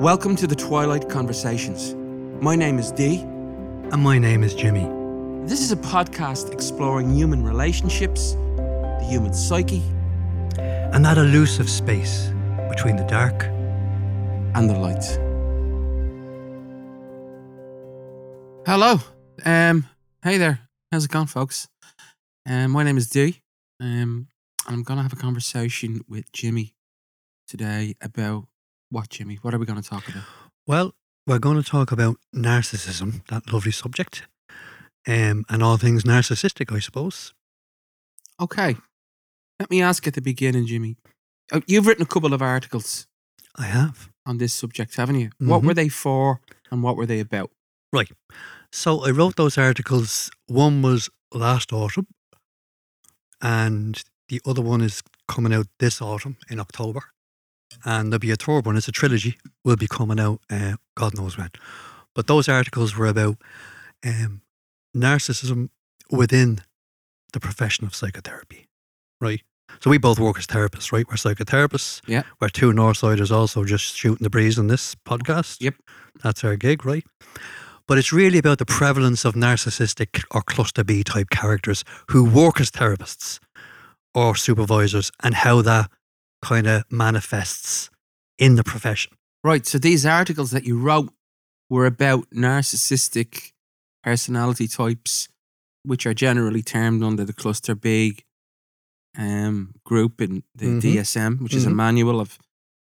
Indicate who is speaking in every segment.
Speaker 1: Welcome to the Twilight Conversations. My name is Dee.
Speaker 2: And my name is Jimmy.
Speaker 1: This is a podcast exploring human relationships, the human psyche,
Speaker 2: And that elusive space between the dark.
Speaker 1: and the light. Hello. Um, hey there. How's it going, folks? Um, my name is Dee. Um, and I'm going to have a conversation with Jimmy today about what, Jimmy? What are we going to talk about?
Speaker 2: Well, we're going to talk about narcissism, that lovely subject, um, and all things narcissistic, I suppose.
Speaker 1: Okay. Let me ask at the beginning, Jimmy. Uh, You've written a couple of articles.
Speaker 2: I have.
Speaker 1: on this subject, haven't you? What
Speaker 2: Mm-hmm.
Speaker 1: were they for and what were they about?
Speaker 2: So I wrote those articles. One was last autumn, and the other one is coming out this autumn in October. And there'll be a third one, it's a trilogy, will be coming out uh, God knows when. But those articles were about um, narcissism within the profession of psychotherapy, right? So we both work as therapists, right? We're psychotherapists.
Speaker 1: Yeah.
Speaker 2: We're two Northsiders also just shooting the breeze on this podcast.
Speaker 1: Yep.
Speaker 2: That's our gig, right? But it's really about the prevalence of narcissistic or cluster B type characters who work as therapists or supervisors and how that kind of manifests in the profession.
Speaker 1: Right. So these articles that you wrote were about narcissistic personality types, which are generally termed under the cluster B um, group in the
Speaker 2: Mhm.
Speaker 1: DSM, which is a
Speaker 2: Mhm.
Speaker 1: manual of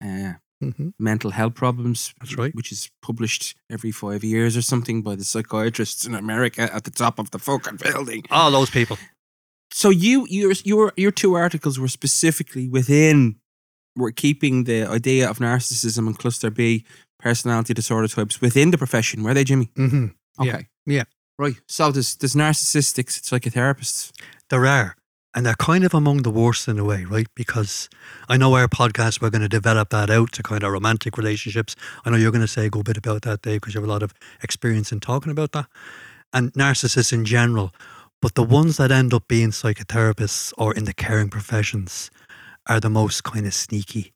Speaker 1: uh,
Speaker 2: Mm-hmm.
Speaker 1: mental health problems.
Speaker 2: That's right.
Speaker 1: Which is published every five years or something by the psychiatrists in America at the top of the fucking building.
Speaker 2: All those people.
Speaker 1: So you your your your two articles were specifically within were keeping the idea of narcissism and cluster B personality disorder types within the profession, were they, Jimmy?
Speaker 2: Mm-hmm. Yeah,
Speaker 1: Okay.
Speaker 2: yeah.
Speaker 1: Right. So there's there's narcissistics, psychotherapists.
Speaker 2: There are. And they're kind of among the worst in a way, right? Because I know our podcast, we're going to develop that out to kind of romantic relationships. I know you're going to say a good bit about that, Dave, because you have a lot of experience in talking about that and narcissists in general. But the ones that end up being psychotherapists or in the caring professions are the most kind of sneaky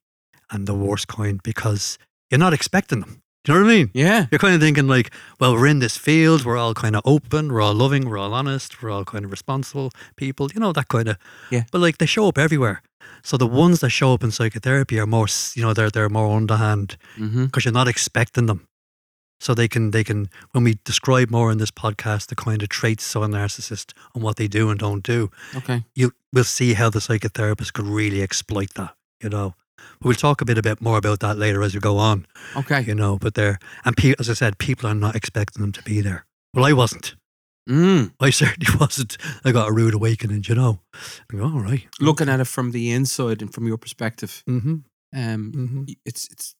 Speaker 2: and the worst kind because you're not expecting them. Do you know what I mean?
Speaker 1: Yeah.
Speaker 2: You're kind of thinking like, well, we're in this field, we're all kind of open, we're all loving, we're all honest, we're all kind of responsible people, you know, that kind of.
Speaker 1: Yeah.
Speaker 2: But like they show up everywhere. So the ones that show up in psychotherapy are more, s- you know, they're they're more underhand
Speaker 1: Mm-hmm.
Speaker 2: because you're not expecting them. So they can they can when we describe more in this podcast the kind of traits of a narcissist and what they do and don't do,
Speaker 1: Okay.
Speaker 2: you we'll see how the psychotherapist could really exploit that, you know. We'll talk a bit about more about that later as we go on
Speaker 1: Okay.
Speaker 2: you know. But they're and pe- as I said, people are not expecting them to be there. Well, I wasn't.
Speaker 1: Mm.
Speaker 2: I certainly wasn't. I got a rude awakening, you know. I go, all right.
Speaker 1: Looking at it from the inside and from your perspective,
Speaker 2: Mm-hmm,
Speaker 1: um,
Speaker 2: mm-hmm.
Speaker 1: y- it's it's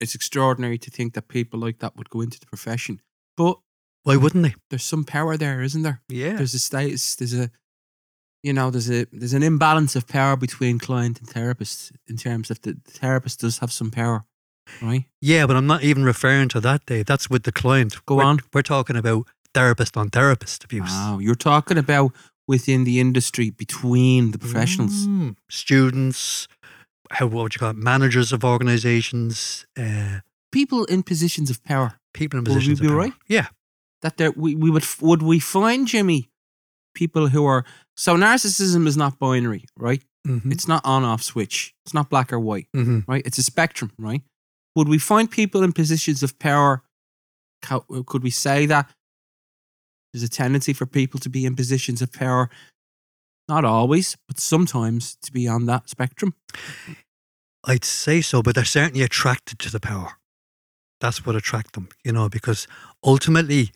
Speaker 1: it's extraordinary to think that people like that would go into the profession. But
Speaker 2: Why wouldn't they?
Speaker 1: there's some power there, isn't there?
Speaker 2: Yeah.
Speaker 1: there's a status there's a you know there's a there's an imbalance of power between client and therapist in terms of the, the therapist does have some power right
Speaker 2: Yeah, but I'm not even referring to that, Dave. That's with the client.
Speaker 1: Go
Speaker 2: We're-
Speaker 1: on. Ah,
Speaker 2: We're talking about therapist on therapist abuse.
Speaker 1: wow you're talking about within the industry between the professionals
Speaker 2: Mm. students, how what would you call it? Managers of organizations, uh,
Speaker 1: people in positions of power
Speaker 2: people in
Speaker 1: Will we
Speaker 2: positions.
Speaker 1: be
Speaker 2: of power.
Speaker 1: right?
Speaker 2: Yeah.
Speaker 1: that there we, we would f- would we find jimmy people who are so narcissism is not binary right
Speaker 2: Mm-hmm.
Speaker 1: it's not on off switch it's not black or white
Speaker 2: mm-hmm.
Speaker 1: right? It's a spectrum, right? Would we find people in positions of power? co- Could we say that there's a tendency for people to be in positions of power? Not always, but sometimes to be on that spectrum.
Speaker 2: I'd say so, but they're certainly attracted to the power. That's what attract them, you know, because ultimately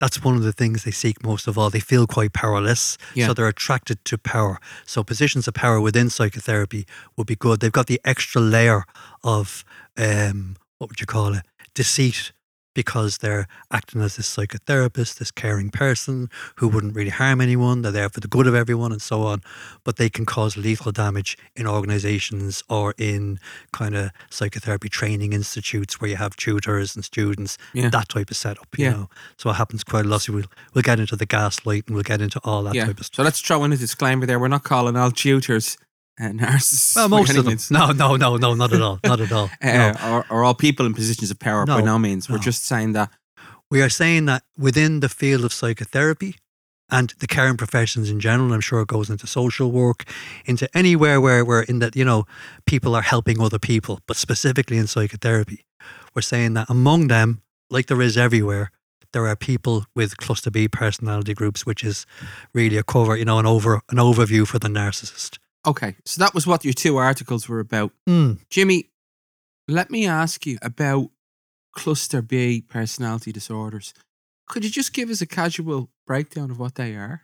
Speaker 2: that's one of the things they seek most of all. They feel quite powerless.
Speaker 1: Yeah.
Speaker 2: So they're attracted to power. So positions of power within psychotherapy would be good. They've got the extra layer of um what would you call it? Deceit because they're acting as this psychotherapist, this caring person who wouldn't really harm anyone, they're there for the good of everyone and so on but they can cause lethal damage in organizations or in kind of psychotherapy training institutes where you have tutors and students,
Speaker 1: Yeah.
Speaker 2: that type of setup, you
Speaker 1: Yeah.
Speaker 2: know. So it happens quite a lot. So we'll, we'll get into the gaslight and we'll get into all that
Speaker 1: yeah.
Speaker 2: type of
Speaker 1: So
Speaker 2: stuff.
Speaker 1: let's throw in a disclaimer there. We're not calling all tutors uh, narcissists.
Speaker 2: Well,
Speaker 1: by
Speaker 2: most
Speaker 1: any
Speaker 2: of them.
Speaker 1: means.
Speaker 2: No, no, no, no, not at all. Not at all.
Speaker 1: Uh,
Speaker 2: No.
Speaker 1: are, are all people in positions of power? by
Speaker 2: No,
Speaker 1: no means. We're
Speaker 2: no.
Speaker 1: just saying that
Speaker 2: We are saying that within the field of psychotherapy and the caring professions in general, I'm sure it goes into social work, into anywhere where we're in that, you know, people are helping other people, but specifically in psychotherapy, we're saying that among them, like there is everywhere, there are people with cluster B personality groups, which is really a cover, you know, an over an overview for the narcissist.
Speaker 1: okay. So that was what your two articles were about.
Speaker 2: Mm.
Speaker 1: Jimmy, let me ask you about cluster B personality disorders. Could you just give us a casual breakdown of what they are?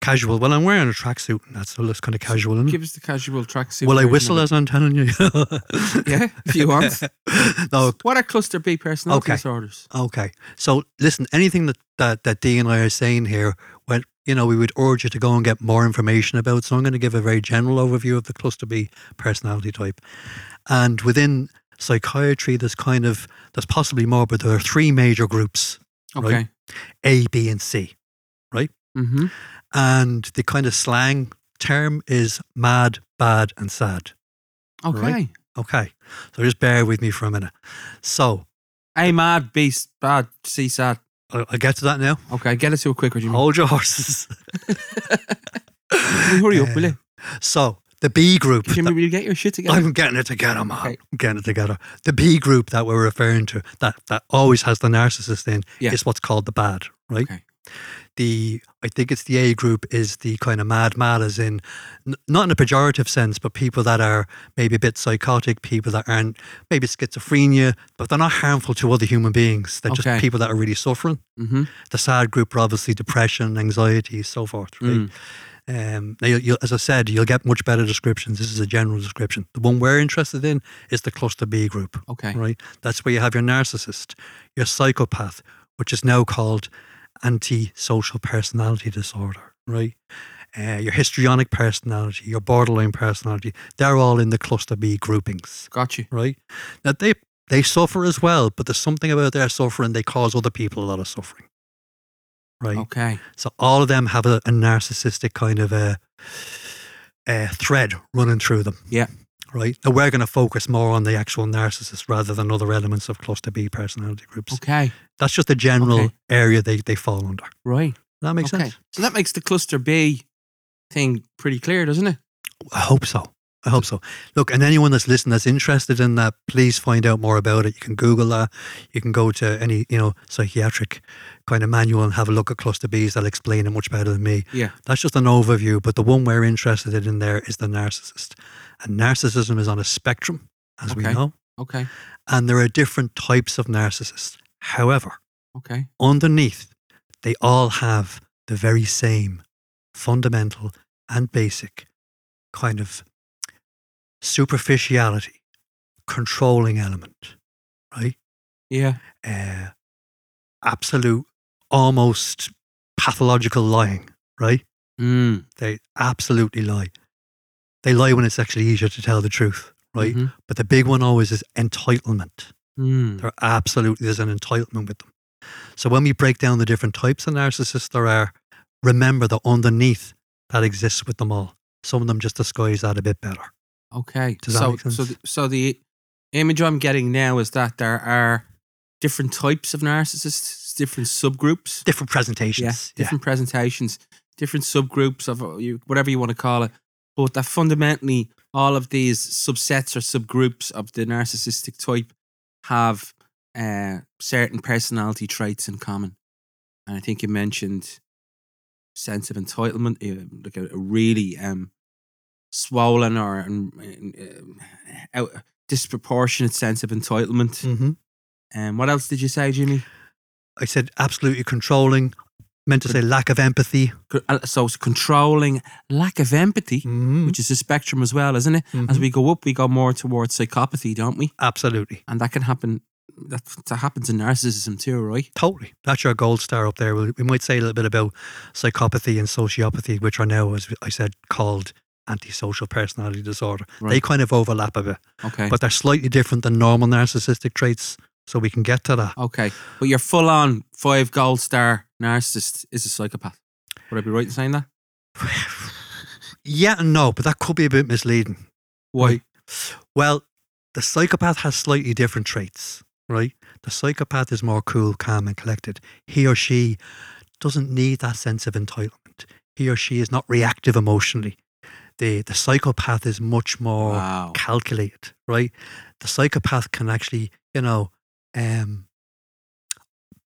Speaker 2: Casual. Well, I'm wearing a tracksuit, and that's so that's kind of casual. Isn't it?
Speaker 1: Give us the casual tracksuit.
Speaker 2: Hmm. Will
Speaker 1: version
Speaker 2: I
Speaker 1: of
Speaker 2: whistle
Speaker 1: it.
Speaker 2: as I'm telling you?
Speaker 1: Yeah, if you want.
Speaker 2: no,
Speaker 1: What are cluster B personality
Speaker 2: Oh, Okay.
Speaker 1: disorders?
Speaker 2: Okay. So listen, anything that, that, that Dee and I are saying here, well, you know, we would urge you to go and get more information about. So I'm going to give a very general overview of the cluster B personality type. And within psychiatry, there's kind of there's possibly more, but there are three major groups:
Speaker 1: Okay.
Speaker 2: Right. A, B, and C.
Speaker 1: Mm-hmm.
Speaker 2: And the kind of slang term is mad, bad, and sad.
Speaker 1: Okay.
Speaker 2: Right. Okay. So just bear with me for a minute. So
Speaker 1: A mad beast, bad, sea sad.
Speaker 2: I- I'll get to that now.
Speaker 1: Okay, get it to a quicker, Jimmy.
Speaker 2: Hold your horses.
Speaker 1: Will you hurry up, will you?
Speaker 2: So the B group.
Speaker 1: Jimmy, will you get your shit together?
Speaker 2: I'm getting it together, man.
Speaker 1: Okay.
Speaker 2: I'm getting it together. The B group that we're referring to, that that always has the narcissist in,
Speaker 1: Yeah.
Speaker 2: is what's called the bad, right?
Speaker 1: Okay.
Speaker 2: The I think it's the A group is the kind of mad, mad as in, n- not in a pejorative sense, but people that are maybe a bit psychotic, people that aren't maybe schizophrenia, but they're not harmful to other human beings. They're
Speaker 1: Okay.
Speaker 2: just people that are really suffering.
Speaker 1: Mm-hmm.
Speaker 2: The sad group are obviously depression, anxiety, so forth, right?
Speaker 1: Mm.
Speaker 2: Um, now you'll, you'll, as I said, you'll get much better descriptions. This is a general description. The one we're interested in is the cluster B group,
Speaker 1: Okay.
Speaker 2: right? That's where you have your narcissist, your psychopath, which is now called antisocial personality disorder, right? Uh, your histrionic personality, your borderline personality, they're all in the cluster B groupings,
Speaker 1: Got you.
Speaker 2: right? Now they they suffer as well, but there's something about their suffering they cause other people a lot of suffering, right?
Speaker 1: Okay.
Speaker 2: So all of them have a, a narcissistic kind of a, a thread running through them.
Speaker 1: Yeah.
Speaker 2: Right. Now we're going to focus more on the actual narcissist rather than other elements of cluster B personality groups.
Speaker 1: Okay.
Speaker 2: That's just a general
Speaker 1: Okay.
Speaker 2: area they, they fall under. Does
Speaker 1: Right.
Speaker 2: that make
Speaker 1: okay.
Speaker 2: sense?
Speaker 1: So that makes the cluster B thing pretty clear, doesn't it?
Speaker 2: I hope so. I hope so. Look, and anyone that's listening that's interested in that, please find out more about it. You can Google that. You can go to any, you know, psychiatric kind of manual and have a look at cluster Bs. They'll explain it much better than me.
Speaker 1: Yeah.
Speaker 2: That's just an overview, but the one we're interested in there is the narcissist. And narcissism is on a spectrum, as
Speaker 1: Okay.
Speaker 2: we know,
Speaker 1: Okay.
Speaker 2: and there are different types of narcissists. However,
Speaker 1: Okay.
Speaker 2: underneath, they all have the very same fundamental and basic kind of superficiality, controlling element, right?
Speaker 1: Yeah.
Speaker 2: Uh, absolute, almost pathological lying, right?
Speaker 1: Mm.
Speaker 2: They absolutely lie. They lie when it's actually easier to tell the truth, right?
Speaker 1: Mhm.
Speaker 2: But the big one always is entitlement.
Speaker 1: Mm.
Speaker 2: There absolutely there's an entitlement with them. So when we break down the different types of narcissists there are, remember that underneath that exists with them all. Some of them just disguise that a bit better.
Speaker 1: Okay.
Speaker 2: Does that
Speaker 1: so,
Speaker 2: make sense?
Speaker 1: so, the, so the image I'm getting now is that there are different types of narcissists, different subgroups,
Speaker 2: Different
Speaker 1: yeah,
Speaker 2: presentations. Yeah.
Speaker 1: different presentations, different subgroups of uh, you, whatever you want to call it, but that fundamentally all of these subsets or subgroups of the narcissistic type have uh, certain personality traits in common, and I think you mentioned sense of entitlement, uh, like a, a really um, swollen or um, um, out, disproportionate sense of entitlement.
Speaker 2: Mm-hmm.
Speaker 1: And what else did you say, Jimmy?
Speaker 2: I said absolutely controlling, meant to say lack of empathy.
Speaker 1: Co- uh, So it's controlling, lack of empathy,
Speaker 2: Mhm,
Speaker 1: Mm-hmm. which is a spectrum as well, isn't it? As
Speaker 2: mhm.
Speaker 1: we go up, we go more towards psychopathy, don't we?
Speaker 2: Absolutely.
Speaker 1: And that can happen. That, that happens in narcissism too, right?
Speaker 2: Totally. That's your gold star up there. We we might say a little bit about psychopathy and sociopathy, which are now, as I said, called antisocial personality disorder. They
Speaker 1: Right.
Speaker 2: kind of overlap a bit,
Speaker 1: Okay.
Speaker 2: but they're slightly different than normal narcissistic traits. So we can get to that.
Speaker 1: okay. But your full on five gold star narcissist is a psychopath. Would I be right in saying that?
Speaker 2: yeah and no, but that could be a bit misleading.
Speaker 1: Why?
Speaker 2: Well, the psychopath has slightly different traits, right? The psychopath is more cool, calm, and collected. He or she doesn't need that sense of entitlement. He or she is not reactive emotionally. The, the psychopath is much more
Speaker 1: Wow.
Speaker 2: calculated, right? The psychopath can actually, you know, um,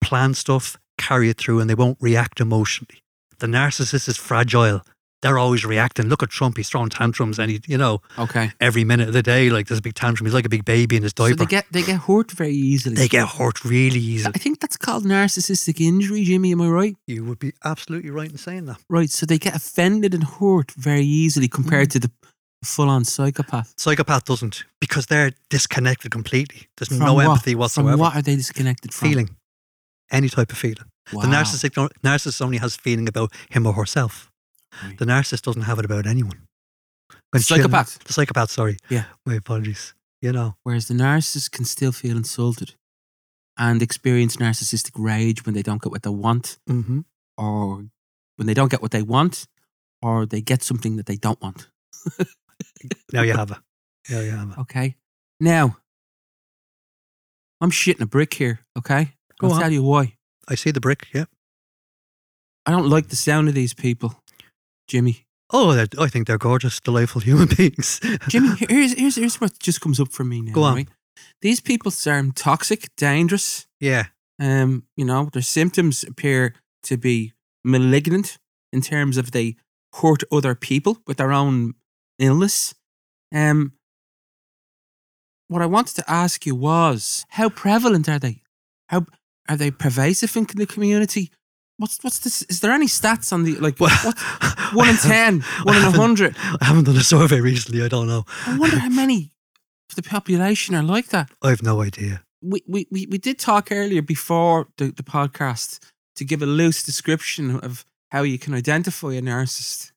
Speaker 2: plan stuff, carry it through, and they won't react emotionally. The narcissist is fragile. They're always reacting. Look at Trump; he's throwing tantrums, and he, you know,
Speaker 1: Okay.
Speaker 2: every minute of the day, like there's a big tantrum. He's like a big baby in his
Speaker 1: So
Speaker 2: diaper.
Speaker 1: they get they get hurt very easily.
Speaker 2: They get hurt really easily.
Speaker 1: I think that's called narcissistic injury, Jimmy. Am I right?
Speaker 2: You would be absolutely right in saying that.
Speaker 1: Right. So they get offended and hurt very easily
Speaker 2: Mm.
Speaker 1: compared to the full on psychopath.
Speaker 2: Psychopath doesn't because they're disconnected completely. There's
Speaker 1: From
Speaker 2: no
Speaker 1: what?
Speaker 2: empathy whatsoever.
Speaker 1: From what are they disconnected from?
Speaker 2: Feeling, any type of feeling.
Speaker 1: Wow.
Speaker 2: The narcissistic narcissist only has feeling about him or herself.
Speaker 1: Right.
Speaker 2: The narcissist doesn't have it about anyone. When children-
Speaker 1: psychopath.
Speaker 2: the psychopath. Sorry.
Speaker 1: Yeah.
Speaker 2: My apologies. You know.
Speaker 1: Whereas the narcissist can still feel insulted and experience narcissistic rage when they don't get what they want
Speaker 2: Mm-hmm.
Speaker 1: or when they don't get what they want or they get something that they don't want.
Speaker 2: Now you have it. Now you have it.
Speaker 1: Okay. Now, I'm shitting a brick here. Okay.
Speaker 2: Go
Speaker 1: I'll
Speaker 2: on.
Speaker 1: tell you why.
Speaker 2: I see the brick. Yeah.
Speaker 1: I don't like the sound of these people, Jimmy.
Speaker 2: Oh, they're- I think they're gorgeous, delightful human beings.
Speaker 1: Jimmy, here- here's, here's, here's what just comes up for me now.
Speaker 2: Go on.
Speaker 1: right? These people sound toxic, dangerous.
Speaker 2: yeah.
Speaker 1: Um, you know, their symptoms appear to be malignant in terms of they hurt other people with their own illness. Um, what I wanted to ask you was how prevalent are they? How are they pervasive in the community? What's what's this? Is there any stats on the like
Speaker 2: Well,
Speaker 1: what's one in ten, one in a
Speaker 2: haven't-
Speaker 1: hundred?
Speaker 2: I haven't done a survey recently. I don't know.
Speaker 1: I wonder how many of the population are like that.
Speaker 2: I have no idea.
Speaker 1: we, we, we we did talk earlier before the, the podcast to give a loose description of how you can identify a narcissist.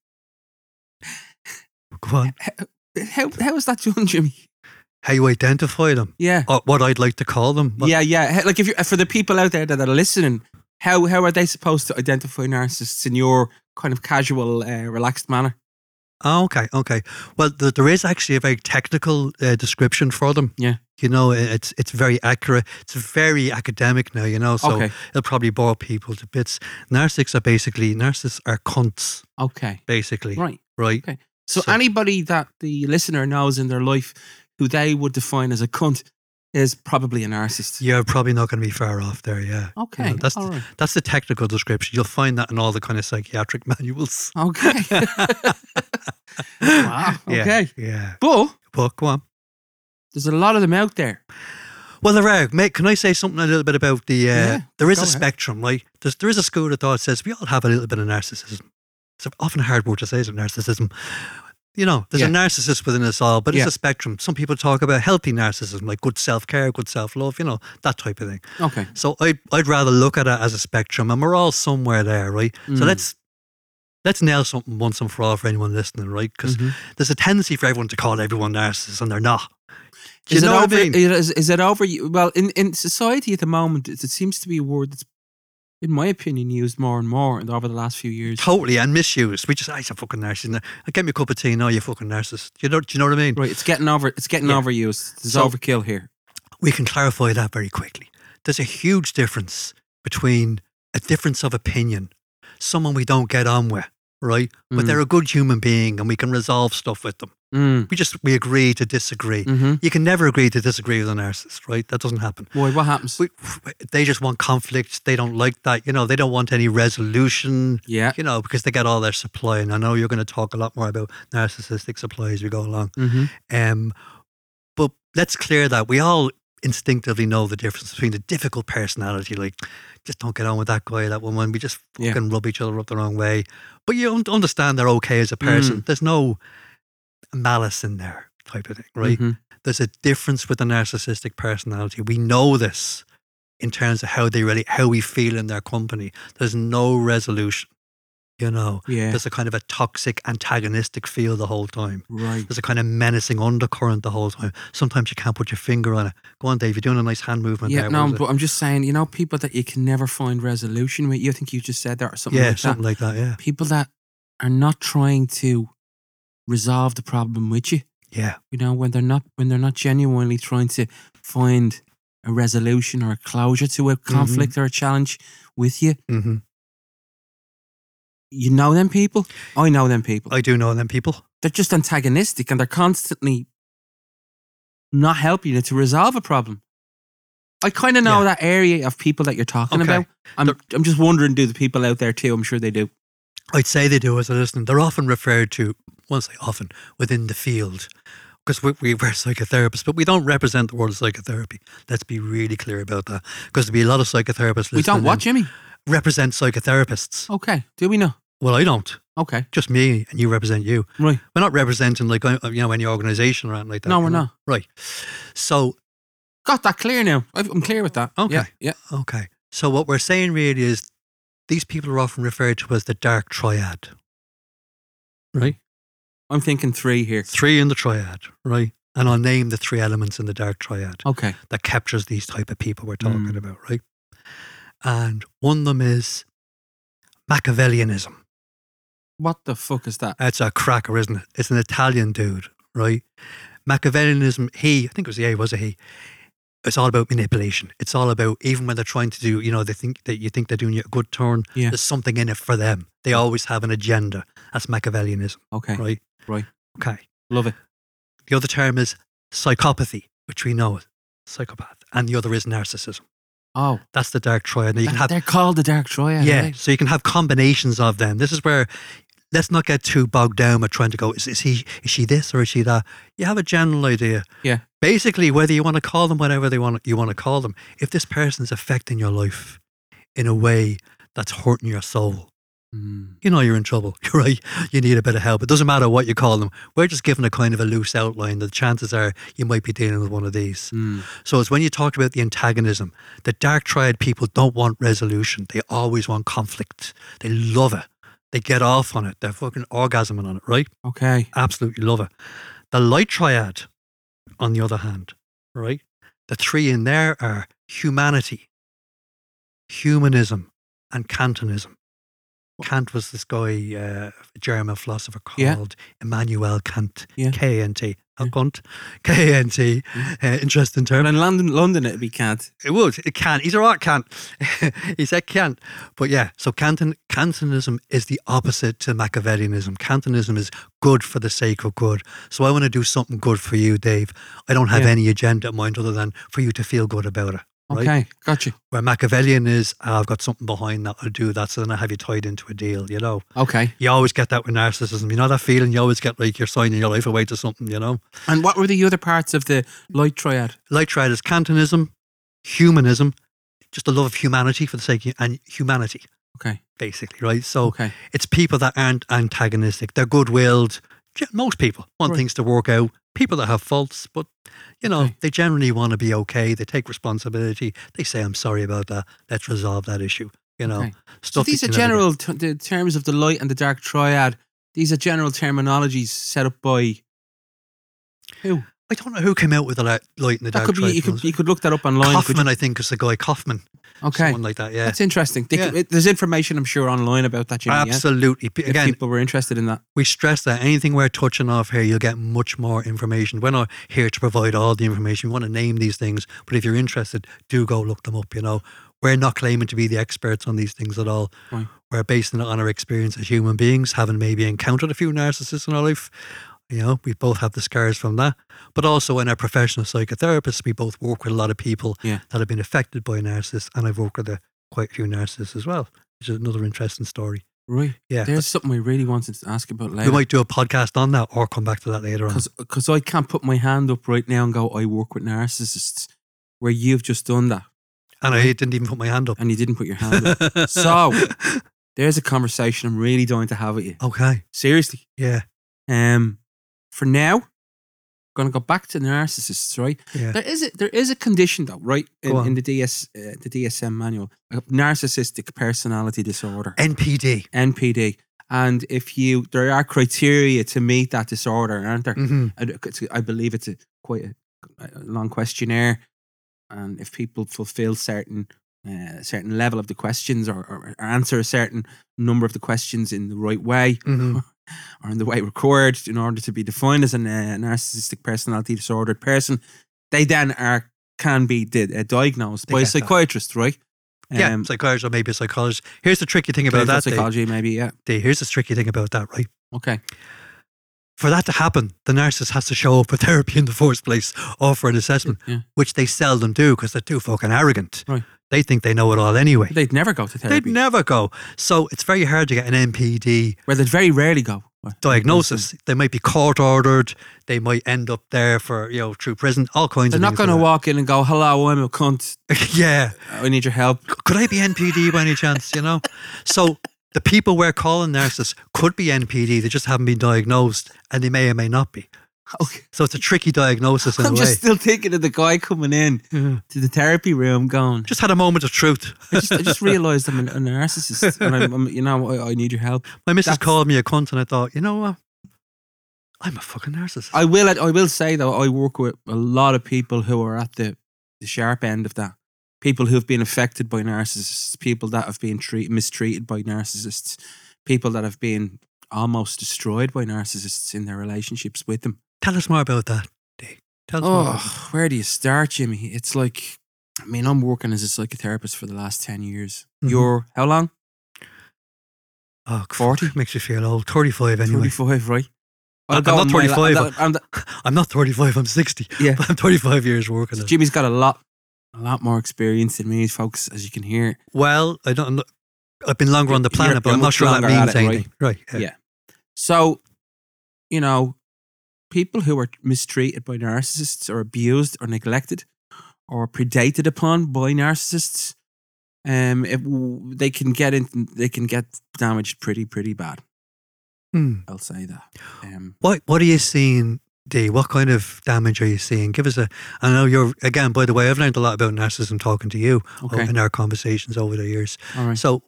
Speaker 2: Go on.
Speaker 1: How, how is that done, Jimmy?
Speaker 2: How you identify them?
Speaker 1: Yeah.
Speaker 2: Or what I'd like to call them? What-
Speaker 1: Yeah, yeah. How- Like if you uh, for the people out there that are listening, how how are they supposed to identify narcissists in your kind of casual, uh, relaxed manner?
Speaker 2: Oh, okay, okay. Well, th- there is actually a very technical uh, description for them.
Speaker 1: Yeah.
Speaker 2: You know, i- it's it's very accurate. It's very academic now. You know, so
Speaker 1: okay,
Speaker 2: it'll probably bore people to bits. Narcissists are basically narcissists are cunts,
Speaker 1: okay,
Speaker 2: basically. Right.
Speaker 1: right. So, anybody that the listener knows in their life who they would define as a cunt is probably a narcissist.
Speaker 2: you're probably not going to be far off there. Yeah.
Speaker 1: Okay,
Speaker 2: No, that's the-
Speaker 1: all right.
Speaker 2: That's the technical description. You'll find that in all the kind of psychiatric manuals.
Speaker 1: Okay. wow.
Speaker 2: Yeah.
Speaker 1: Okay.
Speaker 2: Yeah.
Speaker 1: But
Speaker 2: But go on.
Speaker 1: there's a lot of them out there.
Speaker 2: Well, there are. Mate, can I say something a little bit about the? Uh,
Speaker 1: Yeah,
Speaker 2: there is
Speaker 1: go
Speaker 2: a
Speaker 1: ahead.
Speaker 2: spectrum, right? There's, there is a school of thought that says we all have a little bit of narcissism. It's often a hard word to say, isn't it, narcissism? You know, there's a
Speaker 1: Yeah.
Speaker 2: narcissist within us all, but
Speaker 1: Yeah.
Speaker 2: it's a spectrum. Some people talk about healthy narcissism, like good self care, good self love, you know, that type of thing.
Speaker 1: Okay.
Speaker 2: So I'd, I'd rather look at it as a spectrum, and we're all somewhere there, right? So
Speaker 1: Mm.
Speaker 2: let's let's nail something once and for all for anyone listening, right? Because
Speaker 1: Mhm.
Speaker 2: there's a tendency for everyone to call everyone narcissist, and they're not. Do you
Speaker 1: is it
Speaker 2: know what I
Speaker 1: over?
Speaker 2: mean?
Speaker 1: Is, is it over? You- Well, in, in society at the moment, it, it seems to be a word that's, in my opinion, used more and more and over the last few years.
Speaker 2: Totally, and misused. We just, ah, he's a fucking narcissist. I get me a cup of tea. No, you fucking narcissist. You know, do you know what I mean?
Speaker 1: Right. It's getting over. It's getting
Speaker 2: Yeah.
Speaker 1: overused. There's
Speaker 2: So-
Speaker 1: overkill here.
Speaker 2: We can clarify that very quickly. There's a huge difference between a difference of opinion, someone we don't get on with, right? But
Speaker 1: Mm.
Speaker 2: they're a good human being, and we can resolve stuff with them.
Speaker 1: Mm.
Speaker 2: We just we agree to disagree.
Speaker 1: hmm
Speaker 2: You can never agree to disagree with a narcissist, right? That doesn't happen.
Speaker 1: Boy, what happens?
Speaker 2: We, they just want conflict. They don't like that. You know, they don't want any resolution.
Speaker 1: yeah.
Speaker 2: you know, because they get all their supply. And I know you're going to talk a lot more about narcissistic supply as we go along.
Speaker 1: hmm
Speaker 2: Um, but let's clear that. We all instinctively know the difference between the difficult personality, like just don't get on with that guy, that woman. We just
Speaker 1: Yeah.
Speaker 2: fucking rub each other up the wrong way. But you un- understand they're okay as a person. There's no malice in there, type of thing, right?
Speaker 1: Mhm.
Speaker 2: There's a difference with a narcissistic personality. We know this in terms of how they really how we feel in their company. There's no resolution. You know,
Speaker 1: Yeah.
Speaker 2: there's a kind of a toxic, antagonistic feel the whole time.
Speaker 1: Right.
Speaker 2: There's a kind of menacing undercurrent the whole time. Sometimes you can't put your finger on it. Go on, Dave. You're doing a nice hand movement
Speaker 1: Yeah.
Speaker 2: there.
Speaker 1: No,
Speaker 2: wasn't it?
Speaker 1: but I'm just saying, you know, people that you can never find resolution with. You I think you just said that or something
Speaker 2: yeah,
Speaker 1: like that.
Speaker 2: something like that. Yeah,
Speaker 1: people that are not trying to resolve the problem with you.
Speaker 2: Yeah.
Speaker 1: You know, when they're not when they're not genuinely trying to find a resolution or a closure to a
Speaker 2: Mm-hmm.
Speaker 1: conflict or a challenge with you.
Speaker 2: hmm
Speaker 1: You know them people. I know them people.
Speaker 2: I do know them people.
Speaker 1: they're just antagonistic and they're constantly not helping you to resolve a problem. I kind of know
Speaker 2: Yeah.
Speaker 1: that area of people that you're talking
Speaker 2: Okay.
Speaker 1: about. I'm, I'm just wondering, do the people out there too? I'm sure they do.
Speaker 2: I'd say they do as I listen. They're often referred to, once I say often, within the field, because we, we, we're psychotherapists, but we don't represent the world of psychotherapy. Let's be really clear about that, because there'll be a lot of psychotherapists.
Speaker 1: We don't
Speaker 2: listening
Speaker 1: what,
Speaker 2: in
Speaker 1: Jimmy?
Speaker 2: represent psychotherapists.
Speaker 1: Okay. Do we know?
Speaker 2: Well, I don't.
Speaker 1: Okay.
Speaker 2: Just me, and you represent you.
Speaker 1: Right.
Speaker 2: We're not representing like uh, you know any organisation or anything like that.
Speaker 1: No,
Speaker 2: you
Speaker 1: we're
Speaker 2: know?
Speaker 1: not.
Speaker 2: Right. So
Speaker 1: Got that clear now. I've- I'm clear with that.
Speaker 2: Okay.
Speaker 1: Yeah. yeah.
Speaker 2: okay. So what we're saying really is these people are often referred to as the dark triad. Right.
Speaker 1: I'm thinking three here.
Speaker 2: three in the triad, right? And I'll name the three elements in the dark triad
Speaker 1: Okay.
Speaker 2: that captures these type of people we're talking
Speaker 1: Mm.
Speaker 2: about, right? And one of them is Machiavellianism.
Speaker 1: What the fuck is that?
Speaker 2: It's a cracker, isn't it? It's an Italian dude, right? Machiavellianism, he, I think it was, yeah, he was a he. It's all about manipulation. It's all about even when they're trying to do, you know, they think that you think they're doing you a good turn.
Speaker 1: Yeah.
Speaker 2: There's something in it for them. They always have an agenda. That's Machiavellianism,
Speaker 1: Okay.
Speaker 2: right?
Speaker 1: Right.
Speaker 2: Okay.
Speaker 1: Love it.
Speaker 2: The other term is psychopathy, which we know as psychopath, and the other is narcissism.
Speaker 1: Oh,
Speaker 2: That's the dark triad. Now you can
Speaker 1: that-
Speaker 2: have
Speaker 1: they're called the Dark Triad.
Speaker 2: yeah,
Speaker 1: right?
Speaker 2: so you can have combinations of them. This is where let's not get too bogged down with trying to go is, is he is she this or is she that. You have a general idea.
Speaker 1: Yeah.
Speaker 2: Basically, whether you want to call them whatever they want you want to call them, if this person is affecting your life in a way that's hurting your soul,
Speaker 1: Mm.
Speaker 2: you know you're in trouble. You're right. You need a bit of help. It doesn't matter what you call them. We're just giving a kind of a loose outline. The chances are you might be dealing with one of these.
Speaker 1: Mm.
Speaker 2: So it's when you talked about the antagonism, the dark triad people don't want resolution. They always want conflict. They love it. They get off on it. They're fucking orgasming on it, right?
Speaker 1: Okay.
Speaker 2: Absolutely love it. The light triad, on the other hand, right? The three in there are humanity, humanism, and Kantianism. Kant was this guy, uh, German philosopher called
Speaker 1: Yeah.
Speaker 2: Immanuel Kant,
Speaker 1: Yeah.
Speaker 2: K-N-T, not
Speaker 1: Yeah.
Speaker 2: Kant, K-N-T, uh, interesting term.
Speaker 1: But in London, London, it'd be Kant.
Speaker 2: It would. It can. He's all right, Kant. he said Kant. But yeah, so Kanton, Kantonism is the opposite to Machiavellianism. Kantonism is good for the sake of good. So I want to do something good for you, Dave. I don't have
Speaker 1: Yeah.
Speaker 2: any agenda in mind other than for you to feel good about it. Right?
Speaker 1: Okay. Gotcha.
Speaker 2: Where Machiavellian is, "Ah, I've got something behind that I'll do that. So then I have you tied into a deal, you know.
Speaker 1: Okay.
Speaker 2: You always get that with narcissism. You know that feeling? You always get like you're signing your life away to something, you know.
Speaker 1: And what were the other parts of the light triad?
Speaker 2: light triad is Kantianism, humanism, just the love of humanity for the sake of and humanity,
Speaker 1: Okay.
Speaker 2: basically, right? So
Speaker 1: Okay.
Speaker 2: it's people that aren't antagonistic. They're good willed. Most people want
Speaker 1: Right.
Speaker 2: things to work out. People that have faults, but you know,
Speaker 1: Okay.
Speaker 2: they generally want to be okay. They take responsibility. They say, I'm sorry about that. Let's resolve that issue. You know,
Speaker 1: Okay. So
Speaker 2: stuff that
Speaker 1: these are
Speaker 2: you never get.
Speaker 1: general t- the terms of the light and the dark triad. These are general terminologies set up by who?
Speaker 2: I don't know who came out with the light, light in the
Speaker 1: That
Speaker 2: dark.
Speaker 1: could be
Speaker 2: triad
Speaker 1: you could
Speaker 2: ones.
Speaker 1: you could look that up online. could
Speaker 2: Kaufman, I think, is the guy Kaufman.
Speaker 1: you? Okay,
Speaker 2: Someone like that, yeah.
Speaker 1: that's interesting. They could- there's information I'm sure online about that. Jimmy, yeah?
Speaker 2: Absolutely.
Speaker 1: If
Speaker 2: Again,
Speaker 1: people were interested in that.
Speaker 2: we stress that anything we're touching off here, you'll get much more information. We're not here to provide all the information. We want to name these things, but if you're interested, do go look them up. You know, we're not claiming to be the experts on these things at all.
Speaker 1: Right.
Speaker 2: We're basing it on our experience as human beings, having maybe encountered a few narcissists in our life. You know, we both have the scars from that, but also in our profession as psychotherapists, we both work with a lot of people
Speaker 1: Yeah.
Speaker 2: that have been affected by narcissists, and I've worked with a, quite a few narcissists as well, which is another interesting story.
Speaker 1: Right.
Speaker 2: Yeah,
Speaker 1: There's something we really wanted to ask about
Speaker 2: we
Speaker 1: later
Speaker 2: might do a podcast on that or come back to that later on.
Speaker 1: because I can't put my hand up right now and go I work with narcissists where you've just done that
Speaker 2: And I didn't even put my hand up.
Speaker 1: and you didn't put your hand up. So there's a conversation I'm really dying to have with you.
Speaker 2: okay,
Speaker 1: Seriously.
Speaker 2: yeah,
Speaker 1: Um, for now, gonna go back to narcissists. Right,
Speaker 2: yeah,
Speaker 1: there is a, there is a condition though, right, in,
Speaker 2: Go on.
Speaker 1: in the DS uh, the DSM manual, uh, narcissistic personality disorder
Speaker 2: Eh. NPD.
Speaker 1: (NPD), and if you there are criteria to meet that disorder, aren't there?
Speaker 2: hmm
Speaker 1: And it's- uh, I believe it's a, quite a, a long questionnaire, and if people fulfil certain. Uh, certain level of the questions or, or, or answer a certain number of the questions in the right way
Speaker 2: hmm
Speaker 1: or in the way required in order to be defined as a narcissistic personality disordered person, they then are can be di- uh, diagnosed
Speaker 2: They
Speaker 1: by a
Speaker 2: get that.
Speaker 1: psychiatrist, right? Um,
Speaker 2: yeah, psychologist or maybe a psychologist. Here's the tricky thing about
Speaker 1: clinical
Speaker 2: that. Dave.
Speaker 1: psychology, maybe. Yeah.
Speaker 2: Dave, Here's the tricky thing about that, right?
Speaker 1: Okay.
Speaker 2: For that to happen, the narcissist has to show up for therapy in the first place or for an assessment,
Speaker 1: Yeah.
Speaker 2: which they seldom do because they're too fucking arrogant.
Speaker 1: Right.
Speaker 2: They think they know it all anyway.
Speaker 1: They'd never go to
Speaker 2: They'd
Speaker 1: therapy.
Speaker 2: never go. So it's very hard to get an MPD
Speaker 1: where they'd very rarely go. uh,
Speaker 2: diagnosis. They might be court ordered. They might end up there for you know through prison. All kinds.
Speaker 1: They're
Speaker 2: of
Speaker 1: not
Speaker 2: things
Speaker 1: going to walk in and go, hello, I'm a cunt.
Speaker 2: walk. yeah.
Speaker 1: I need your help.
Speaker 2: C- Could I be NPD by any chance? You know. So the people we're calling narcissists could be NPD. They just haven't been diagnosed, and they may or may not be.
Speaker 1: Okay.
Speaker 2: So it's a tricky diagnosis in
Speaker 1: I'm
Speaker 2: a
Speaker 1: just
Speaker 2: way.
Speaker 1: still thinking of the guy coming in
Speaker 2: Yeah.
Speaker 1: to the therapy room going,
Speaker 2: Just had a moment of truth.
Speaker 1: I just, I just realized I'm a, a narcissist and I'm, I'm you know, I, I need your help.
Speaker 2: My missus
Speaker 1: That's-
Speaker 2: called me a cunt, and I thought, you know what? I'm a fucking narcissist.
Speaker 1: I will, I will say though, I work with a lot of people who are at the, the sharp end of that. People who've been affected by narcissists, people that have been treat, mistreated by narcissists, people that have been almost destroyed by narcissists in their relationships with them.
Speaker 2: Tell us more about that. Dave. Tell us more. About that.
Speaker 1: Oh, where do you start, Jimmy? It's like, I mean, I'm working as a psychotherapist for the last 10 years.
Speaker 2: Mhm.
Speaker 1: You're how long?
Speaker 2: Oh, fuck,
Speaker 1: 40?
Speaker 2: makes you feel old. Thirty-five anyway.
Speaker 1: 35, right?
Speaker 2: I'm- I'm not
Speaker 1: on my la-
Speaker 2: 35,
Speaker 1: I'm not- I'm not-
Speaker 2: I'm not 35, I'm 60.
Speaker 1: Yeah.
Speaker 2: But I'm 35 years working.
Speaker 1: so
Speaker 2: it.
Speaker 1: Jimmy's got a lot, a lot more experience than me, folks, as you can hear.
Speaker 2: Well, I don't, I'm not, I've been longer on the
Speaker 1: You're-
Speaker 2: planet,
Speaker 1: you're
Speaker 2: but I'm
Speaker 1: much
Speaker 2: not sure that
Speaker 1: longer at
Speaker 2: means
Speaker 1: it, right?
Speaker 2: anything. Right. yeah.
Speaker 1: Yeah. So, you know, people who are mistreated by narcissists or abused or neglected or predated upon by narcissists, um, it, w- they can get in, they can get damaged pretty, pretty bad.
Speaker 2: Hmm.
Speaker 1: I'll say that. Um,
Speaker 2: What, what are you seeing, Dee? What kind of damage are you seeing? Give us a. I know you're, again, by the way, I've learned a lot about narcissism talking to you o-
Speaker 1: okay.
Speaker 2: in our conversations over the years.
Speaker 1: All right.
Speaker 2: So,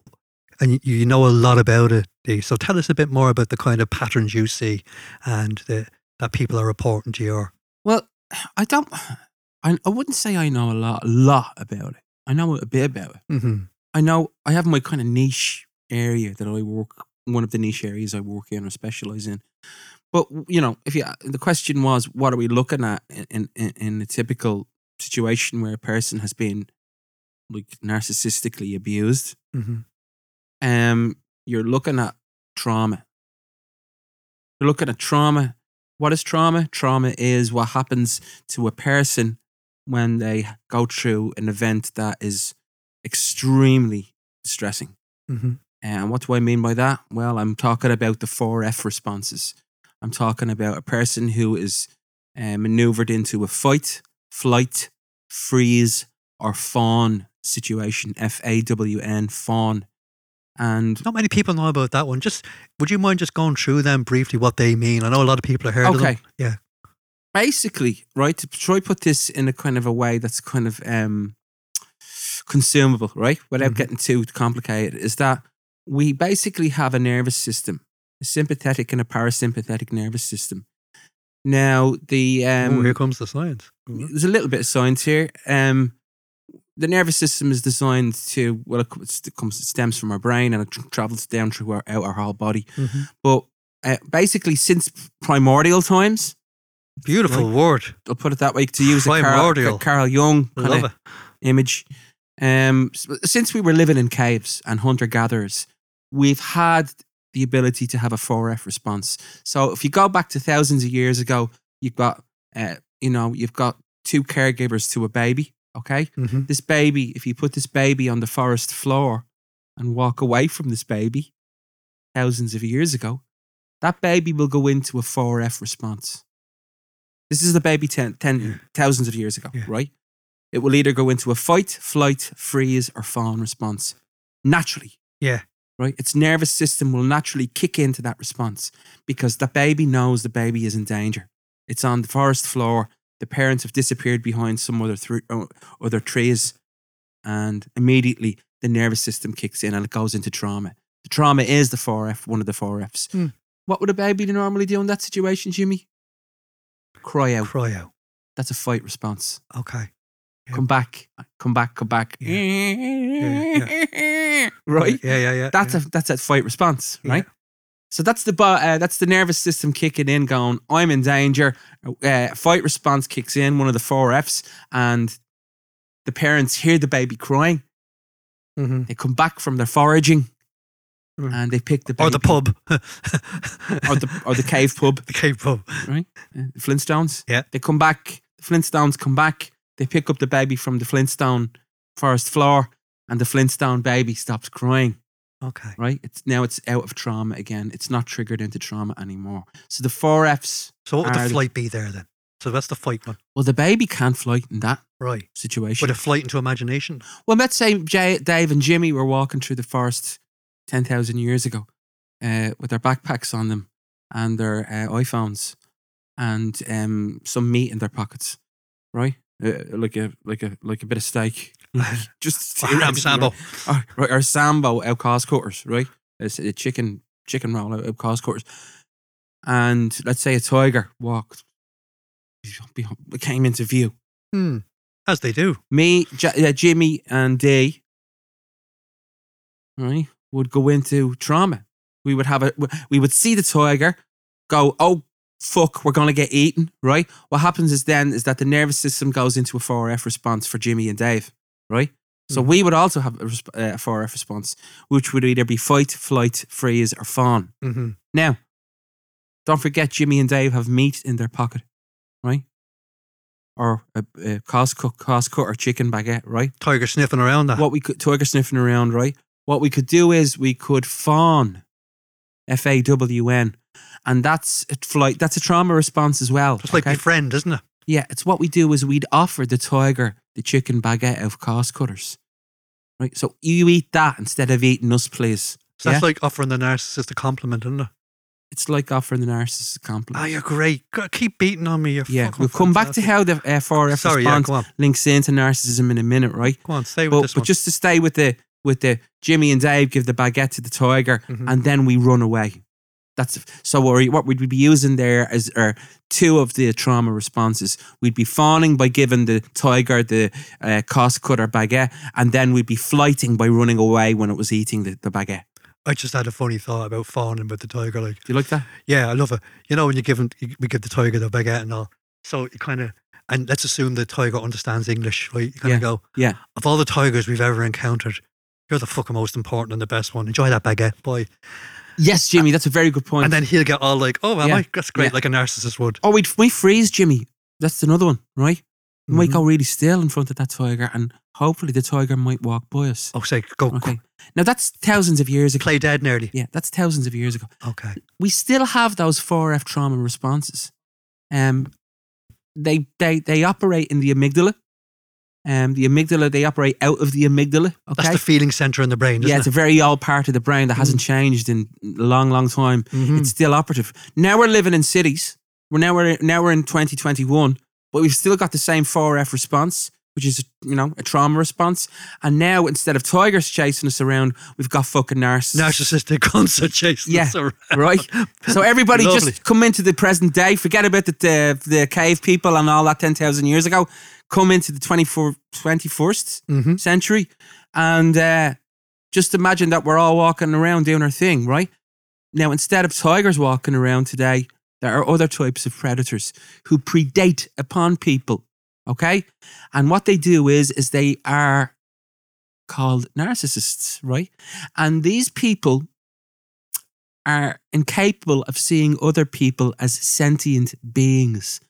Speaker 2: and you, you know a lot about it, Dee. So tell us a bit more about the kind of patterns you see and the, that people are reporting to you. Or,
Speaker 1: Well, I don't. I, I wouldn't say I know a lot, a lot about it. I know a bit about it.
Speaker 2: Mhm.
Speaker 1: I know I have my kind of niche area that I work. One of the niche areas I work in or specialize in. But you know, if you the question was, what are we looking at in in, in a typical situation where a person has been like narcissistically abused?
Speaker 2: Mhm.
Speaker 1: um, you're looking at trauma. You're looking at trauma. What is trauma? Trauma is what happens to a person when they go through an event that is extremely distressing.
Speaker 2: Mhm.
Speaker 1: And what do I mean by that? Well, I'm talking about the four F responses. I'm talking about a person who is uh, maneuvered into a fight, flight, freeze, or fawn situation. F A W N, fawn. And
Speaker 2: Not many people know about that one. Just would you mind just going through them briefly what they mean? I know a lot of people are heard of them.
Speaker 1: okay.
Speaker 2: Yeah.
Speaker 1: Basically, right, to try put this in a kind of a way that's kind of um consumable, right? Without
Speaker 2: Mhm.
Speaker 1: getting too complicated, is that we basically have a nervous system, a sympathetic and a parasympathetic nervous system. Now the um
Speaker 2: oh, here comes the science.
Speaker 1: there's a little bit of science here. Um, the nervous system is designed to well, it comes it comes- it stems from our brain and it tr- travels down through our out our whole body.
Speaker 2: Mhm.
Speaker 1: But uh, basically, since primordial times,
Speaker 2: Beautiful word.
Speaker 1: I'll put it that way to use a Carl,
Speaker 2: Primordial.
Speaker 1: Carl Jung
Speaker 2: Love
Speaker 1: kind of
Speaker 2: it.
Speaker 1: image. Um, s- since we were living in caves and hunter gatherers, we've had the ability to have a 4F response. So if you go back to thousands of years ago, you've got, uh, you know, you've got two caregivers to a baby. Okay,
Speaker 2: Mhm.
Speaker 1: this baby, if you put this baby on the forest floor and walk away from this baby, thousands of years ago, that baby will go into a 4F response. This is the baby ten, ten,
Speaker 2: Yeah.
Speaker 1: thousands of years ago,
Speaker 2: Yeah.
Speaker 1: right? It will either go into a fight, flight, freeze, or fawn response naturally.
Speaker 2: Yeah.
Speaker 1: Right? Its nervous system will naturally kick into that response because the baby knows the baby is in danger. It's on the forest floor. The parents have disappeared behind some other, thr- uh, other trees. And immediately the nervous system kicks in and it goes into trauma. The trauma is the 4F, one of the 4Fs.
Speaker 2: Hmm.
Speaker 1: What would a baby normally do in that situation, Jimmy? Cry out.
Speaker 2: Cry out.
Speaker 1: That's a fight response.
Speaker 2: Okay. Yeah.
Speaker 1: Come back, come back, come back.
Speaker 2: Yeah. Yeah,
Speaker 1: Right?
Speaker 2: Yeah, yeah, yeah.
Speaker 1: That's
Speaker 2: yeah.
Speaker 1: a that's a fight response,
Speaker 2: Yeah.
Speaker 1: right? So that's the bo- uh, that's the nervous system kicking in, going, "I'm in danger." Uh, fight response kicks in, one of the four Fs, and the parents hear the baby crying.
Speaker 2: Mm-hmm.
Speaker 1: They come back from their foraging,
Speaker 2: Mm.
Speaker 1: and they pick the baby
Speaker 2: Or the pub.
Speaker 1: or the or the cave pub,
Speaker 2: the cave pub.
Speaker 1: uh, the Flintstones.
Speaker 2: Yeah.
Speaker 1: they come back. The Flintstones come back. They pick up the baby from the Flintstone forest floor, and the Flintstone baby stops crying.
Speaker 2: Okay.
Speaker 1: right? It's now it's out of trauma again. It's not triggered into trauma anymore. So the four Fs.
Speaker 2: So what would
Speaker 1: Ireland.
Speaker 2: the flight be there then? So that's the fight one.
Speaker 1: Well, the baby can't flight in that
Speaker 2: Right.
Speaker 1: situation.
Speaker 2: But a flight into imagination.
Speaker 1: well, let's say Jay, Dave and Jimmy were walking through the forest ten thousand years ago, uh, with their backpacks on them and their uh, iPhones, and um, some meat in their pockets, right? Uh, like a like a like a bit of steak, just
Speaker 2: Or ham
Speaker 1: theoretically,
Speaker 2: sambo.
Speaker 1: or, right, or Sambo out cost cutters, right? It's a chicken chicken roll out, out cost cutters. And let's say a tiger walked, be- be- came into view.
Speaker 2: Hmm. As they do.
Speaker 1: Me, J- uh, Jimmy, and Dee, right, would go into trauma. We would have a, we would see the tiger, go, oh fuck, we're gonna get eaten, right? What happens is then is that the nervous system goes into a 4F response for Jimmy and Dave, right? So
Speaker 2: Mhm.
Speaker 1: we would also have a, resp- uh, a 4F response, which would either be fight, flight, freeze, or fawn.
Speaker 2: Mm-hmm.
Speaker 1: Now, don't forget Jimmy and Dave have meat in their pocket, right? Or a, a cost cut, cost cut, or chicken baguette, right?
Speaker 2: Tiger sniffing around that.
Speaker 1: what we could tiger sniffing around, right? What we could do is we could fawn, F A W N, and that's a flight. That's a trauma response as well.
Speaker 2: Just like
Speaker 1: okay?
Speaker 2: befriend, isn't it?
Speaker 1: yeah, it's what we do is we'd offer the tiger the chicken baguette of cost cutters, right? So you eat that instead of eating us, please.
Speaker 2: So that's
Speaker 1: Yeah.
Speaker 2: like offering the narcissist a compliment, isn't it?
Speaker 1: It's like offering the narcissist a compliment.
Speaker 2: Ah, you're great. Go- Keep beating on me. You're
Speaker 1: Mm. yeah,
Speaker 2: fucking
Speaker 1: we'll come back to how
Speaker 2: fantastic.
Speaker 1: the uh, 4F
Speaker 2: Sorry, yeah,
Speaker 1: response
Speaker 2: go on.
Speaker 1: links into narcissism in a minute, right?
Speaker 2: Go on, stay with
Speaker 1: But,
Speaker 2: this
Speaker 1: but
Speaker 2: one.
Speaker 1: just to stay with the with the Jimmy and Dave give the baguette to the tiger,
Speaker 2: Mhm.
Speaker 1: and then we run away. That's so. What, we- what we'd be using there is are two of the trauma responses. We'd be fawning by giving the tiger the uh, cost cutter baguette, and then we'd be flighting by running away when it was eating the, the baguette.
Speaker 2: I just had a funny thought about fawning with the tiger. Like,
Speaker 1: Do you like that?
Speaker 2: yeah, I love it. You know, when you give him, you- we give the tiger the baguette and all. So you kind of, and let's assume the tiger understands English, right? You kind
Speaker 1: Yeah,
Speaker 2: of go,
Speaker 1: yeah.
Speaker 2: Of all the tigers we've ever encountered, you're the fucking most important and the best one. Enjoy that baguette, boy.
Speaker 1: Yes, Jimmy. That's a very good point.
Speaker 2: uh, And then he'll get all like, oh, am
Speaker 1: Yeah,
Speaker 2: I? That's great,
Speaker 1: yeah.
Speaker 2: like a narcissist would.
Speaker 1: oh, we we freeze Jimmy. That's another one, right? We
Speaker 2: Mm-hmm.
Speaker 1: might go really still in front of that tiger, and hopefully the tiger might walk by us.
Speaker 2: Oh, say, go
Speaker 1: Okay. Now that's thousands of years ago.
Speaker 2: play dead nearly.
Speaker 1: Yeah, that's thousands of years ago.
Speaker 2: Okay.
Speaker 1: We still have those four F trauma responses. Um, they they they operate in the amygdala. Um, the amygdala they operate out of the amygdala.
Speaker 2: That's
Speaker 1: Okay.
Speaker 2: the feeling center in the brain, isn't
Speaker 1: yeah, it's
Speaker 2: it? Mm.
Speaker 1: a very old part of the brain that hasn't changed in a long, long time.
Speaker 2: Mhm.
Speaker 1: It's mm-hmm. still operative. Now we're living in cities. We're now we're now we're in 2021, but we've still got the same 4F response, which is you know a trauma response. And now instead of tigers chasing us around, we've got fucking narcissists.
Speaker 2: narcissistic concert chasing
Speaker 1: Yeah.
Speaker 2: us around.
Speaker 1: right? So everybody
Speaker 2: Lovely.
Speaker 1: just come into the present day. Forget about the the, the cave people and all that ten thousand years ago. Come into the 24, 21st
Speaker 2: Mm-hmm.
Speaker 1: century, and uh, just imagine that we're all walking around doing our thing, right? Now instead of tigers walking around today, there are other types of predators who predate upon people. Okay, and what they do is is they are called narcissists, right? And these people are incapable of seeing other people as sentient beings,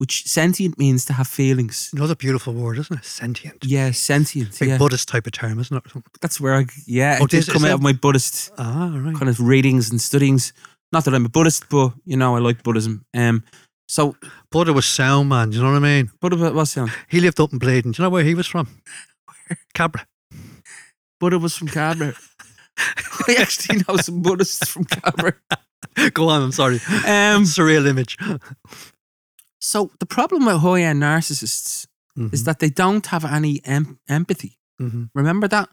Speaker 1: which sentient means to have feelings.
Speaker 2: Another beautiful word, isn't it? Sentient.
Speaker 1: Yeah, sentient.
Speaker 2: Like
Speaker 1: yeah,
Speaker 2: Buddhist type of term, isn't it? or something?
Speaker 1: that's where I yeah
Speaker 2: Oh,
Speaker 1: it did
Speaker 2: this-
Speaker 1: come
Speaker 2: is
Speaker 1: out of
Speaker 2: that-
Speaker 1: my Buddhist
Speaker 2: Ah, right.
Speaker 1: kind of readings and studyings. Not that I'm a Buddhist, but you know I like Buddhism. Um, so
Speaker 2: Buddha was sound man. Do you know what I mean?
Speaker 1: Buddha was sound.
Speaker 2: He lived up in Bladen. Do you know where he was from? Cabra.
Speaker 1: Buddha was from Cabra. I actually know some Buddhists from Cabra.
Speaker 2: Go on. I'm sorry.
Speaker 1: Um,
Speaker 2: Surreal image. Mm-hmm,
Speaker 1: so the problem with high end narcissists
Speaker 2: Mm-hmm.
Speaker 1: is that they don't have any em- empathy.
Speaker 2: hmm
Speaker 1: Remember that?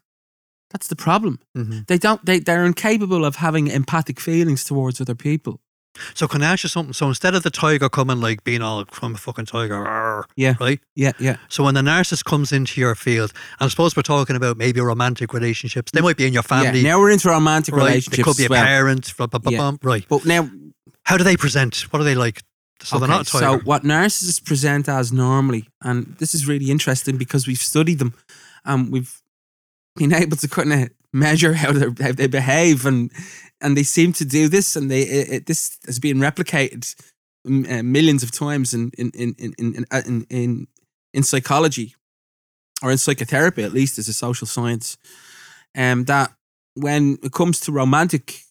Speaker 1: That's the problem.
Speaker 2: hmm
Speaker 1: They don't. They they're incapable of having empathic feelings towards other people.
Speaker 2: So can I ask you something? So instead of the tiger coming like being all, I'm a fucking tiger, power,
Speaker 1: Yeah.
Speaker 2: right?
Speaker 1: Yeah. Yeah.
Speaker 2: So when the narcissist comes into your field, and I suppose we're talking about maybe romantic relationships, they might be in your family,
Speaker 1: Mm. Yeah. Now we're into romantic
Speaker 2: right? They
Speaker 1: relationships.
Speaker 2: could be a
Speaker 1: as well.
Speaker 2: parent, blah, blah, blah,
Speaker 1: Yeah.
Speaker 2: blah, right?
Speaker 1: But now,
Speaker 2: How do they present? What are they like? So they're
Speaker 1: okay,
Speaker 2: not a
Speaker 1: so
Speaker 2: tiger.
Speaker 1: what narcissists present as normally, and this is really interesting because we've studied them, and we've been able to kind of measure how, they're- how they behave, and and they seem to do this, and they it, it- this has been replicated mm, uh, millions of times in in in in in, in, uh, in, in in psychology or in psychotherapy at least as a social science um that when it comes to romantic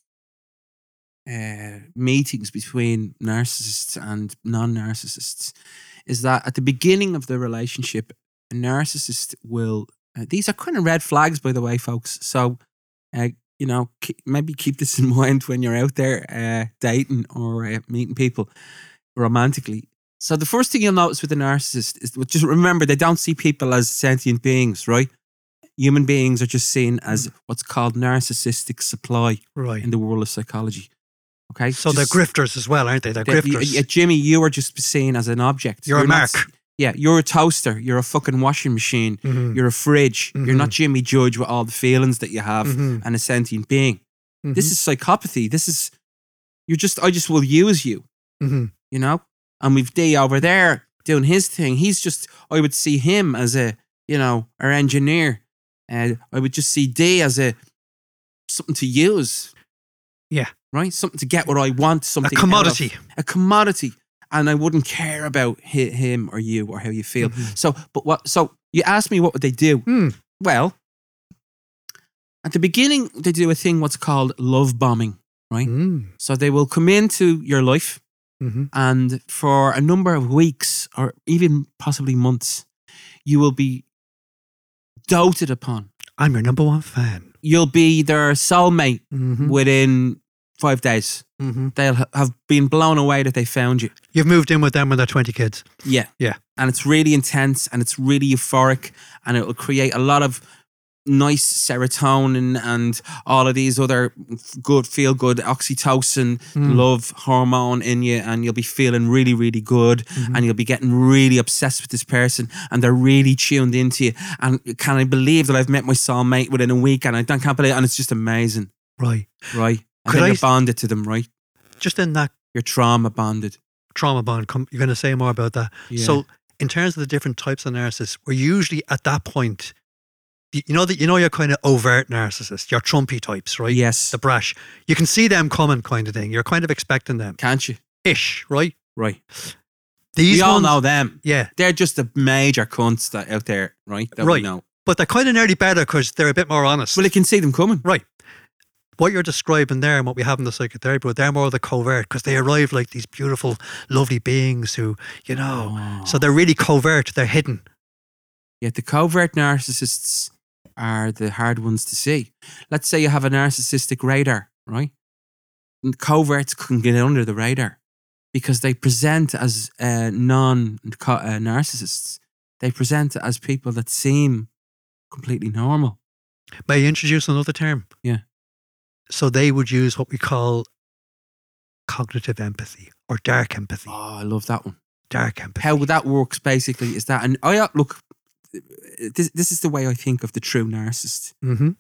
Speaker 1: uh, meetings between narcissists and non-narcissists is that at the beginning of the relationship a narcissist will uh, these are kind of red flags by the way folks so uh, you know ke- maybe keep this in mind when you're out there uh, dating or uh, meeting people romantically so the first thing you'll notice with a narcissist is well, just remember they don't see people as sentient beings right human beings are just seen as what's called narcissistic supply
Speaker 2: right.
Speaker 1: in the world of psychology. Okay,
Speaker 2: So
Speaker 1: Just-
Speaker 2: they're grifters as well, aren't they? They're
Speaker 1: that you-
Speaker 2: grifters.
Speaker 1: yeah, Jimmy, you are just seen as an object.
Speaker 2: You're a
Speaker 1: not
Speaker 2: mark.
Speaker 1: s- yeah, you're a toaster. You're a fucking washing machine.
Speaker 2: Mhm,
Speaker 1: You're a fridge. You're
Speaker 2: Mhm.
Speaker 1: not Jimmy Judge with all the feelings that you have
Speaker 2: mhm,
Speaker 1: and a sentient being.
Speaker 2: mhm,
Speaker 1: This is psychopathy. This is you're just. I just will use you.
Speaker 2: mhm.
Speaker 1: You know. And with D over there doing his thing, he's just. I would see him as a you know our engineer, and I would just see D as a something to use.
Speaker 2: Yeah.
Speaker 1: Right. Something to get what I want.
Speaker 2: a
Speaker 1: Something out of-
Speaker 2: commodity.
Speaker 1: a commodity and I wouldn't care about hi- him or you or how you feel.
Speaker 2: Mhm.
Speaker 1: So, but what, so you asked me what would they do?
Speaker 2: Hmm.
Speaker 1: Well, at the beginning, they do a thing what's called love bombing.
Speaker 2: Mm,
Speaker 1: So they will come into your life
Speaker 2: mhm.
Speaker 1: and for a number of weeks or even possibly months, you will be doted upon.
Speaker 2: I'm your number one fan.
Speaker 1: You'll be their soulmate
Speaker 2: Mhm,
Speaker 1: within five days.
Speaker 2: mhm.
Speaker 1: They'll ha- have been blown away that they found you.
Speaker 2: You've moved in with them when they're 20 kids.
Speaker 1: Yeah.
Speaker 2: Yeah.
Speaker 1: And it's really intense and it's really euphoric and it'll create a lot of nice serotonin and all of these other f- good feel good oxytocin
Speaker 2: Mm.
Speaker 1: love hormone in you and you'll be feeling really really good
Speaker 2: Mhm.
Speaker 1: and you'll be getting really obsessed with this person and they're really tuned into you and can I believe that I've met my soulmate within a week and I don't- can't believe it and it's just amazing
Speaker 2: Right.
Speaker 1: right and
Speaker 2: Could
Speaker 1: then
Speaker 2: I
Speaker 1: you're
Speaker 2: s-
Speaker 1: bonded to them right
Speaker 2: Just in that
Speaker 1: you're trauma bonded
Speaker 2: trauma bond, come, you're going to say more about that.
Speaker 1: Yeah.
Speaker 2: So, in terms of the different types of narcissists, we're usually at that point. You you know that you know you're kind of overt narcissist. You're Trumpy types, right?
Speaker 1: yes
Speaker 2: The brash. You can see them coming, kind of thing. You're kind of expecting them,
Speaker 1: can't you
Speaker 2: ish, right?
Speaker 1: right
Speaker 2: These
Speaker 1: we all
Speaker 2: ones-
Speaker 1: know them
Speaker 2: yeah,
Speaker 1: they're just the major cunts that out there, right? That We
Speaker 2: Right.
Speaker 1: know.
Speaker 2: but they're kind of nearly better because they're a bit more honest.
Speaker 1: Well, they can see them coming.
Speaker 2: right. What you're describing there and what we have in the psychotherapy, but they're more the covert because they arrive like these beautiful, lovely beings who, you know, Oh, so they're really covert. They're hidden.
Speaker 1: Yet the covert narcissists are the hard ones to see. Let's say you have a narcissistic radar, right? And coverts can get under the radar because they present as uh, non co- uh, narcissists. They present as people that seem completely normal.
Speaker 2: May I introduce another term?
Speaker 1: Yeah.
Speaker 2: So they would use what we call cognitive empathy or dark empathy.
Speaker 1: Oh, I love that one.
Speaker 2: Dark empathy.
Speaker 1: how that works basically is that, and I look, this, this is the way I think of the true narcissist.
Speaker 2: Mm-hmm.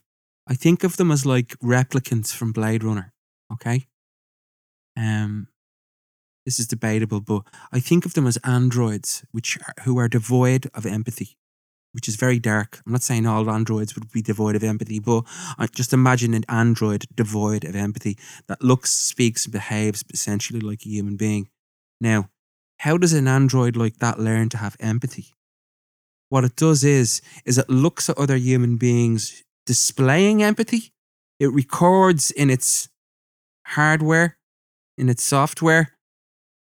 Speaker 1: I think of them as like replicants from Blade Runner. Okay. Um, this is debatable, but I think of them as androids, which are, who are devoid of empathy, which is very dark. I'm not saying all androids would be devoid of empathy, but I just imagine an android devoid of empathy that looks, speaks, and behaves essentially like a human being. Now, how does an android like that learn to have empathy? What it does is, is it looks at other human beings displaying empathy. It records in its hardware, in its software,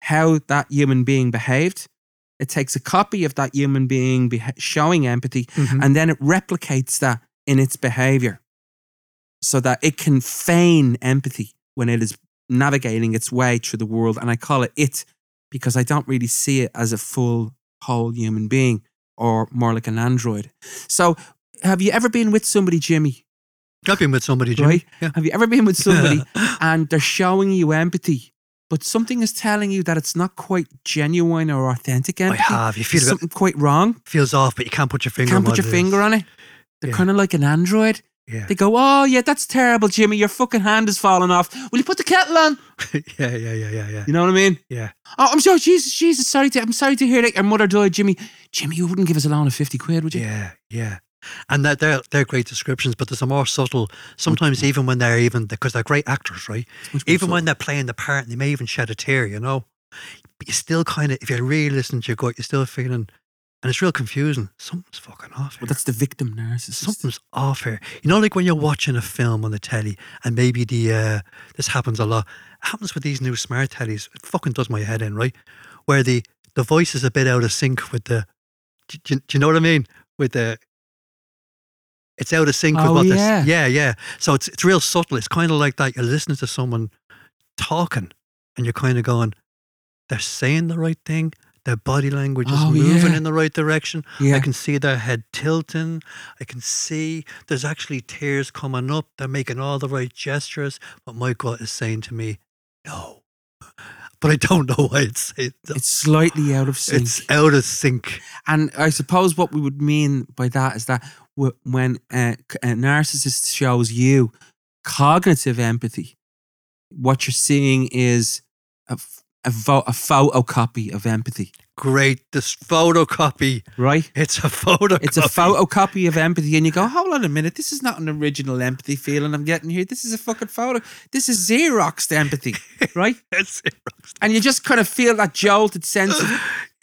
Speaker 1: how that human being behaved. It takes a copy of that human being beha- showing empathy
Speaker 2: mm-hmm.
Speaker 1: and then it replicates that in its behavior so that it can feign empathy when it is navigating its way through the world. And I call it it because I don't really see it as a full, whole human being or more like an android. So, have you ever been with somebody, Jimmy?
Speaker 2: I've been with somebody, Jimmy.
Speaker 1: Right?
Speaker 2: Yeah.
Speaker 1: Have you ever been with somebody and they're showing you empathy, but something is telling you that it's not quite genuine or authentic
Speaker 2: I
Speaker 1: empathy.
Speaker 2: have. You feel a bit,
Speaker 1: something quite wrong.
Speaker 2: feels off, but you can't put your finger.
Speaker 1: Can't
Speaker 2: on
Speaker 1: put your finger on it. They're
Speaker 2: Yeah.
Speaker 1: kind of like an android.
Speaker 2: Yeah.
Speaker 1: They go, oh yeah, that's terrible, Jimmy. Your fucking hand is falling off. Will you put the kettle on?
Speaker 2: yeah, yeah, yeah, yeah, yeah.
Speaker 1: You know what I mean?
Speaker 2: Yeah.
Speaker 1: Oh, I'm sorry, Jesus, Jesus. Sorry to, I'm sorry to hear that your mother died, Jimmy. Jimmy, you wouldn't give us a loan of fifty quid, would you?
Speaker 2: Yeah, yeah. And that they're they're great descriptions, but there's a more subtle. Sometimes
Speaker 1: Mm-hmm.
Speaker 2: even when they're even because they're great actors, right?
Speaker 1: It's much more
Speaker 2: Even when
Speaker 1: subtle.
Speaker 2: they're playing the part, and they may even shed a tear, you know. But you still kind of, if you're really listening to your gut, you're still feeling, and it's real confusing. Something's fucking off.
Speaker 1: well,
Speaker 2: Here.
Speaker 1: that's the victim narcissist.
Speaker 2: Something's off here. You know, like when you're watching a film on the telly, and maybe the uh, this happens a lot. It happens with these new smart tellies. It fucking does my head in, right? Where the the voice is a bit out of sync with the. Do, do- do you know what I mean? With the. It's out of sync with
Speaker 1: Oh,
Speaker 2: what they're
Speaker 1: yeah.
Speaker 2: s- Yeah, yeah. So it's it's real subtle. It's kind of like that. You're listening to someone talking, and you're kind of going, they're saying the right thing. Their body language is
Speaker 1: Oh,
Speaker 2: moving
Speaker 1: yeah.
Speaker 2: in the right direction.
Speaker 1: Yeah.
Speaker 2: I can see their head tilting. I can see there's actually tears coming up. They're making all the right gestures. But my gut is saying to me, no. But I don't know why it's it,
Speaker 1: it's slightly out of sync.
Speaker 2: it's out of sync.
Speaker 1: And I suppose what we would mean by that is that w- when uh, c- a narcissist shows you cognitive empathy, what you're seeing is a, f- a, vo- a photocopy of empathy,
Speaker 2: Great. This photocopy.
Speaker 1: right?
Speaker 2: It's a photocopy.
Speaker 1: It's a photocopy of empathy, and you go, hold on a minute, this is not an original empathy feeling I'm getting here. This is a fucking photo. This is Xeroxed empathy, right?
Speaker 2: It's,
Speaker 1: And you just kind of feel that jolted sense of,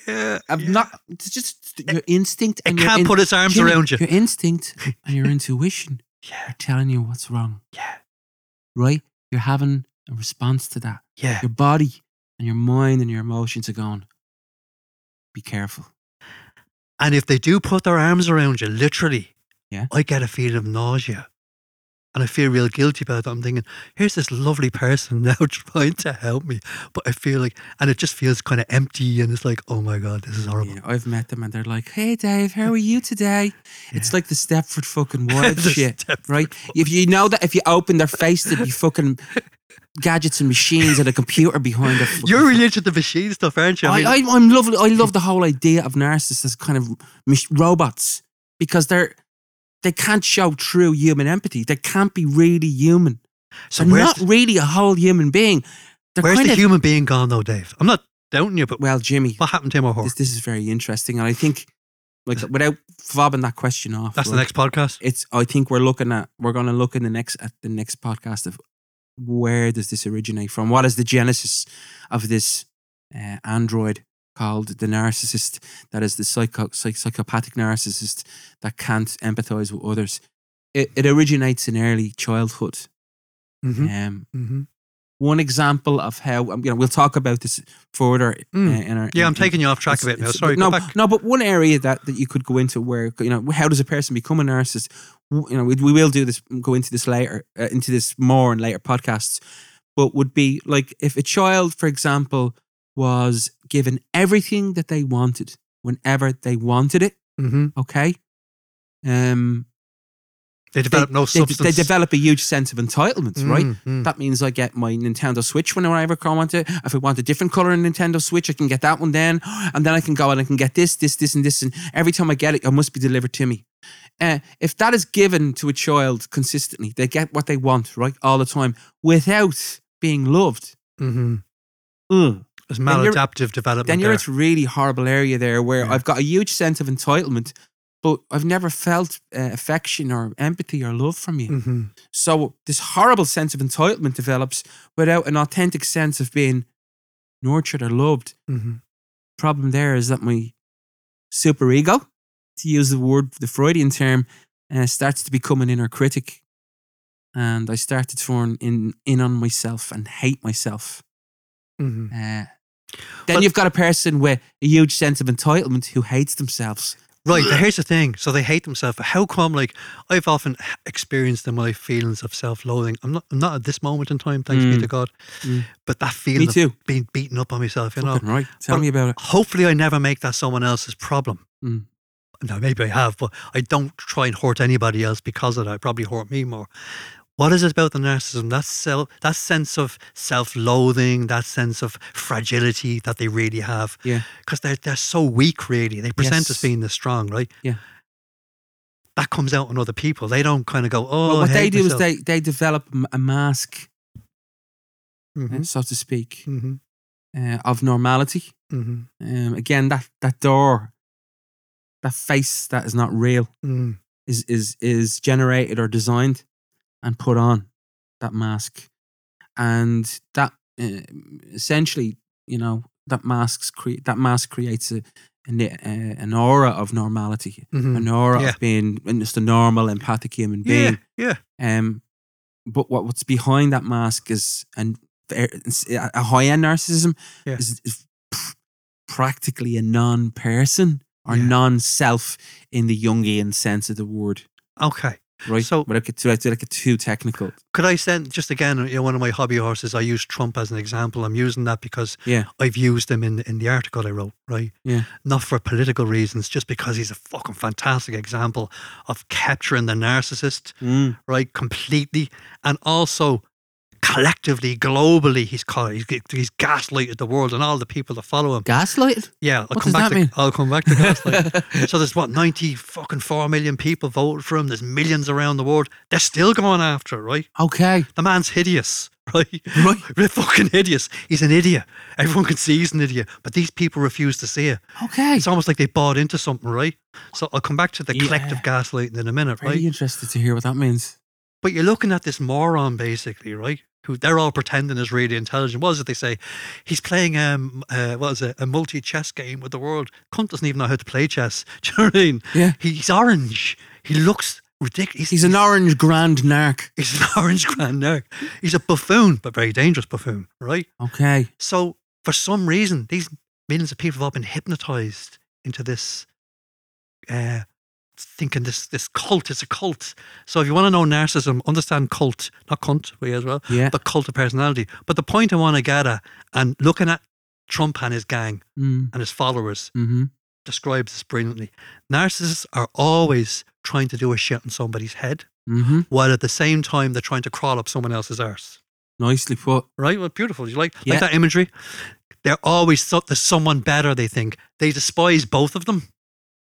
Speaker 2: yeah.
Speaker 1: of not, it's just your instinct.
Speaker 2: It
Speaker 1: And your
Speaker 2: can't
Speaker 1: in-
Speaker 2: put its arms
Speaker 1: Jimmy,
Speaker 2: around you.
Speaker 1: Your instinct and your intuition
Speaker 2: Yeah.
Speaker 1: are telling you what's wrong,
Speaker 2: Yeah.
Speaker 1: right? You're having a response to that.
Speaker 2: Yeah.
Speaker 1: Your body and your mind and your emotions are going, be careful.
Speaker 2: And if they do put their arms around you, literally,
Speaker 1: Yeah.
Speaker 2: I get a feeling of nausea. And I feel real guilty about it. I'm thinking, here's this lovely person now trying to help me. But I feel like, and it just feels kind of empty. And it's like, oh my God, this is horrible.
Speaker 1: Yeah, I've met them and they're like, hey, Dave, how are you today? It's like the Stepford fucking wives
Speaker 2: This
Speaker 1: shit,
Speaker 2: step-
Speaker 1: right? If you know that if you open their face, there'd be fucking gadgets and machines and a computer behind their fucking
Speaker 2: You're really into the machine stuff, aren't you?
Speaker 1: I,
Speaker 2: mean,
Speaker 1: I, I'm lovely. I love the whole idea of narcissists as kind of mach- robots because they're they can't show true human empathy. They can't be really human.
Speaker 2: so
Speaker 1: They're
Speaker 2: where's,
Speaker 1: not
Speaker 2: the,
Speaker 1: really a whole human being. They're
Speaker 2: where's
Speaker 1: kind
Speaker 2: the
Speaker 1: of
Speaker 2: human being gone though, Dave? I'm not doubting you, but
Speaker 1: well, Jimmy.
Speaker 2: what happened to him or her?
Speaker 1: This, this is very interesting, and I think like without fobbing that question off,
Speaker 2: That's the
Speaker 1: like,
Speaker 2: next podcast.
Speaker 1: It's. I think we're looking at we're going to look in the next at the next podcast of where does this originate from? What is the genesis of this uh, android called the narcissist? That is the psycho, psych, psychopathic narcissist that can't empathize with others. It, it originates in early childhood.
Speaker 2: Mm-hmm.
Speaker 1: Um,
Speaker 2: Mm-hmm.
Speaker 1: one example of how um, you know we'll talk about this further
Speaker 2: Mm.
Speaker 1: uh, in our
Speaker 2: Yeah, I'm
Speaker 1: in- in-
Speaker 2: taking you off track a
Speaker 1: it's-
Speaker 2: bit now.
Speaker 1: it's-
Speaker 2: Sorry,
Speaker 1: no,
Speaker 2: go back.
Speaker 1: no, but one area that, that you could go into where you know how does a person become a narcissist? W- You know, we, we will do this, go into this later, uh, into this more in later podcasts. But would be like if a child, for example, was given everything that they wanted whenever they wanted it.
Speaker 2: Mm-hmm.
Speaker 1: Okay, um,
Speaker 2: They develop no
Speaker 1: they,
Speaker 2: substance.
Speaker 1: they develop a huge sense of entitlement, right?
Speaker 2: Mhm.
Speaker 1: That means I get my Nintendo Switch whenever I ever want it. If I want a different color in Nintendo Switch, I can get that one then. And then I can go and I can get this, this, this, and this. And every time I get it, it must be delivered to me. Uh, if that is given to a child consistently, they get what they want, right? All the time without being loved.
Speaker 2: Mhm.
Speaker 1: Ugh.
Speaker 2: It's
Speaker 1: Then you're-
Speaker 2: maladaptive development.
Speaker 1: Then you're
Speaker 2: there.
Speaker 1: at a really horrible area there where
Speaker 2: Yeah.
Speaker 1: I've got a huge sense of entitlement, but I've never felt uh, affection or empathy or love from you.
Speaker 2: Mm-hmm.
Speaker 1: So this horrible sense of entitlement develops without an authentic sense of being nurtured or loved.
Speaker 2: Mm-hmm.
Speaker 1: Problem there is that my superego, to use the word, the Freudian term, uh, starts to become an inner critic. And I start to turn in, in on myself and hate myself.
Speaker 2: Mm-hmm.
Speaker 1: Uh, then
Speaker 2: Well-
Speaker 1: you've got a person with a huge sense of entitlement who hates themselves.
Speaker 2: Right. now, here's the thing. So they hate themselves. But How come? Like I've often h- experienced in my feelings of self-loathing. I'm not. I'm not at this moment in time. Thanks be
Speaker 1: Mm.
Speaker 2: to God.
Speaker 1: Mm.
Speaker 2: But that
Speaker 1: Me
Speaker 2: feeling of
Speaker 1: too.
Speaker 2: being beaten up on myself. You know.
Speaker 1: Fucking right. Tell
Speaker 2: But-
Speaker 1: me about it.
Speaker 2: Hopefully, I never make that someone else's problem.
Speaker 1: Mm.
Speaker 2: No, maybe I have, but I don't try and hurt anybody else because of that. I probably hurt me more. What is it about the narcissism? That self, that sense of self-loathing, that sense of fragility that they really have.
Speaker 1: Yeah.
Speaker 2: Because they're they're so weak, really. They present as
Speaker 1: Yes.
Speaker 2: being the strong, right?
Speaker 1: Yeah.
Speaker 2: That comes out in other people. They don't kind of go, oh.
Speaker 1: But
Speaker 2: I
Speaker 1: what they
Speaker 2: hate
Speaker 1: do
Speaker 2: myself."
Speaker 1: is they, they develop m- a mask, uh,
Speaker 2: Mhm,
Speaker 1: so to speak,
Speaker 2: mhm,
Speaker 1: uh, of normality.
Speaker 2: mhm,
Speaker 1: Um, again, that that door, that face that is not real,
Speaker 2: mhm.
Speaker 1: is is is generated or designed and put on that mask, and that uh, essentially, you know, that masks create that mask creates a an, uh, an aura of normality,
Speaker 2: Mhm.
Speaker 1: an aura
Speaker 2: Yeah.
Speaker 1: of being just a normal empathic human being.
Speaker 2: Yeah, yeah.
Speaker 1: Um, but what, what's behind that mask is and uh, a high end narcissism
Speaker 2: Yeah.
Speaker 1: is, is pr- practically a non person or
Speaker 2: Yeah.
Speaker 1: non self in the Jungian sense of the word,
Speaker 2: Okay.
Speaker 1: right?
Speaker 2: So-
Speaker 1: without get too, without get too technical.
Speaker 2: Could I send just again? You know, one of my hobby horses. I use Trump as an example. I'm using that because
Speaker 1: Yeah.
Speaker 2: I've used him in in the article I wrote. Right.
Speaker 1: Yeah.
Speaker 2: Not for political reasons, just because he's a fucking fantastic example of capturing the narcissist.
Speaker 1: Mm.
Speaker 2: Right. Completely, and also collectively, globally, he's caught. He's, he's gaslighted the world and all the people that follow him.
Speaker 1: Gaslighted?
Speaker 2: Yeah. I'll
Speaker 1: What does
Speaker 2: come back
Speaker 1: that
Speaker 2: to,
Speaker 1: mean?
Speaker 2: I'll come back to gaslight. so there's what 90 fucking four million people voted for him. There's millions around the world. They're still going after it. Right.
Speaker 1: okay.
Speaker 2: The man's hideous, right?
Speaker 1: Right.
Speaker 2: They're fucking hideous. He's an idiot. Everyone can see he's an idiot, but these people refuse to see it.
Speaker 1: Okay.
Speaker 2: It's almost like they bought into something, right? So I'll come back to the
Speaker 1: Yeah.
Speaker 2: collective gaslighting in a minute,
Speaker 1: Very
Speaker 2: right?
Speaker 1: interested to hear what that means.
Speaker 2: But you're looking at this moron, basically, right? Who they're all pretending is really intelligent. What is it they say? He's playing um, uh, what is it, a multi chess game with the world. Cunt doesn't even know how to play chess. Do you know what I mean?
Speaker 1: Yeah.
Speaker 2: He's orange. He looks ridiculous.
Speaker 1: He's an orange grand narc.
Speaker 2: He's an orange grand narc. He's a buffoon, but very dangerous buffoon, right?
Speaker 1: Okay.
Speaker 2: So for some reason, these millions of people have all been hypnotized into this uh, thinking this this cult. It's a cult. So if you want to know narcissism, understand cult, not cunt, we as well,
Speaker 1: Yeah.
Speaker 2: but cult of personality. But the point I want to gather and looking at Trump and his gang
Speaker 1: Mm.
Speaker 2: and his followers
Speaker 1: hmm
Speaker 2: describes this brilliantly. Narcissists are always trying to do a shit on somebody's head,
Speaker 1: hmm
Speaker 2: while at the same time they're trying to crawl up someone else's arse
Speaker 1: Nicely put.
Speaker 2: right? Well, beautiful. You like
Speaker 1: Yeah.
Speaker 2: like that imagery? They're always thought there's someone better. They think they despise both of them,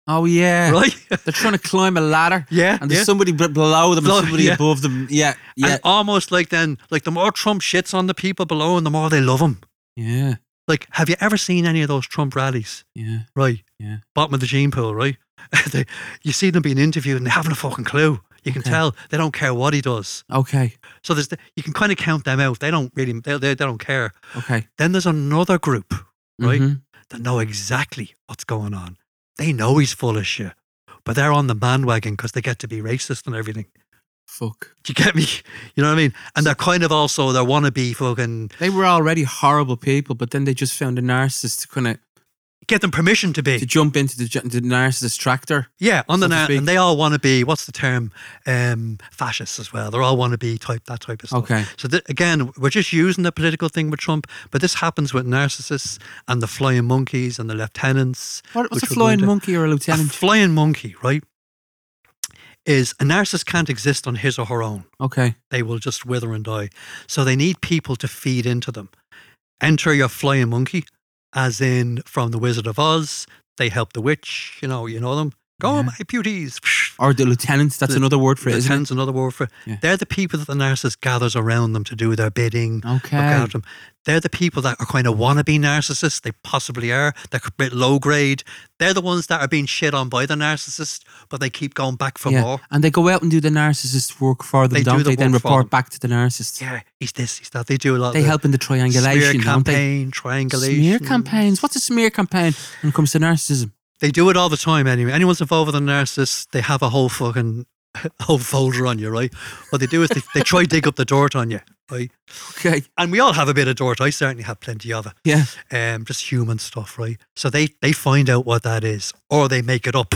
Speaker 1: Oh, yeah.
Speaker 2: right?
Speaker 1: They're trying to climb a ladder.
Speaker 2: yeah,
Speaker 1: And there's
Speaker 2: yeah.
Speaker 1: somebody b- below them,
Speaker 2: Below-
Speaker 1: and somebody
Speaker 2: yeah.
Speaker 1: above them. Yeah, yeah,
Speaker 2: And almost like then, like the more Trump shits on the people below, and the more they love him.
Speaker 1: yeah,
Speaker 2: Like, have you ever seen any of those Trump rallies?
Speaker 1: yeah.
Speaker 2: Right,
Speaker 1: Yeah.
Speaker 2: bottom of the gene pool, right? they, you see them being interviewed, and they haven't a fucking clue. You can
Speaker 1: Okay.
Speaker 2: tell they don't care what he does.
Speaker 1: Okay,
Speaker 2: So there's the, you can kind of count them out. They don't really they, they, they don't care.
Speaker 1: okay.
Speaker 2: Then there's another group Right.
Speaker 1: Mhm.
Speaker 2: that know exactly what's going on. They know he's full of shit, but they're on the bandwagon because they get to be racist and everything.
Speaker 1: Fuck.
Speaker 2: Do you get me? You know what I mean? And they're kind of also they want to be fucking
Speaker 1: They were already horrible people, but then they just found a narcissist to kind of
Speaker 2: get them permission
Speaker 1: to
Speaker 2: to be.
Speaker 1: jump into the, ju- the narcissist tractor.
Speaker 2: Yeah, on the
Speaker 1: so to
Speaker 2: net,
Speaker 1: speak.
Speaker 2: and they all want to be. What's the term? Um, fascists as well. They all want to be type that type of stuff.
Speaker 1: Okay.
Speaker 2: So th- again, we're just using the political thing with Trump, but this happens with narcissists and the flying monkeys and the lieutenants.
Speaker 1: What, what's
Speaker 2: Which
Speaker 1: a
Speaker 2: we're going
Speaker 1: flying
Speaker 2: to-
Speaker 1: monkey or a
Speaker 2: A
Speaker 1: lieutenant?
Speaker 2: flying monkey, right? Is a narcissist can't exist on his or her own.
Speaker 1: okay,
Speaker 2: they will just wither and die. So they need people to feed into them. Enter your flying monkey, as in from the Wizard of Oz. They help the witch. You know, you know them. Go,
Speaker 1: Yeah.
Speaker 2: my beauties.
Speaker 1: or the lieutenant? That's
Speaker 2: The-
Speaker 1: another word for it, isn't
Speaker 2: Pretends another word for.
Speaker 1: Yeah.
Speaker 2: They're the people that the narcissist gathers around them to do their bidding.
Speaker 1: it? Okay.
Speaker 2: Look after them. They're the people that are kind of wannabe narcissists. They possibly are. They're a bit low grade. They're the ones that are being shit on by the narcissist, but they keep going back for
Speaker 1: Yeah.
Speaker 2: more.
Speaker 1: And they go out and do the narcissist work for them,
Speaker 2: They do
Speaker 1: don't
Speaker 2: the
Speaker 1: they? Then
Speaker 2: work for
Speaker 1: report
Speaker 2: them.
Speaker 1: back to the narcissist.
Speaker 2: Yeah, he's this, he's that. They do a lot.
Speaker 1: They
Speaker 2: of the
Speaker 1: help in the triangulation,
Speaker 2: smear
Speaker 1: don't they?
Speaker 2: campaign, triangulation.
Speaker 1: Smear campaigns. What's a smear campaign when it comes to narcissism?
Speaker 2: They do it all the time anyway. Anyone's involved with a narcissist, they have a whole fucking whole folder on you, right? What they do is they, they try to dig up the dirt on you, right?
Speaker 1: Okay.
Speaker 2: And we all have a bit of dirt. I certainly have plenty of it.
Speaker 1: Yeah.
Speaker 2: Um, just human stuff, right? So they, they find out what that is, or they make it up,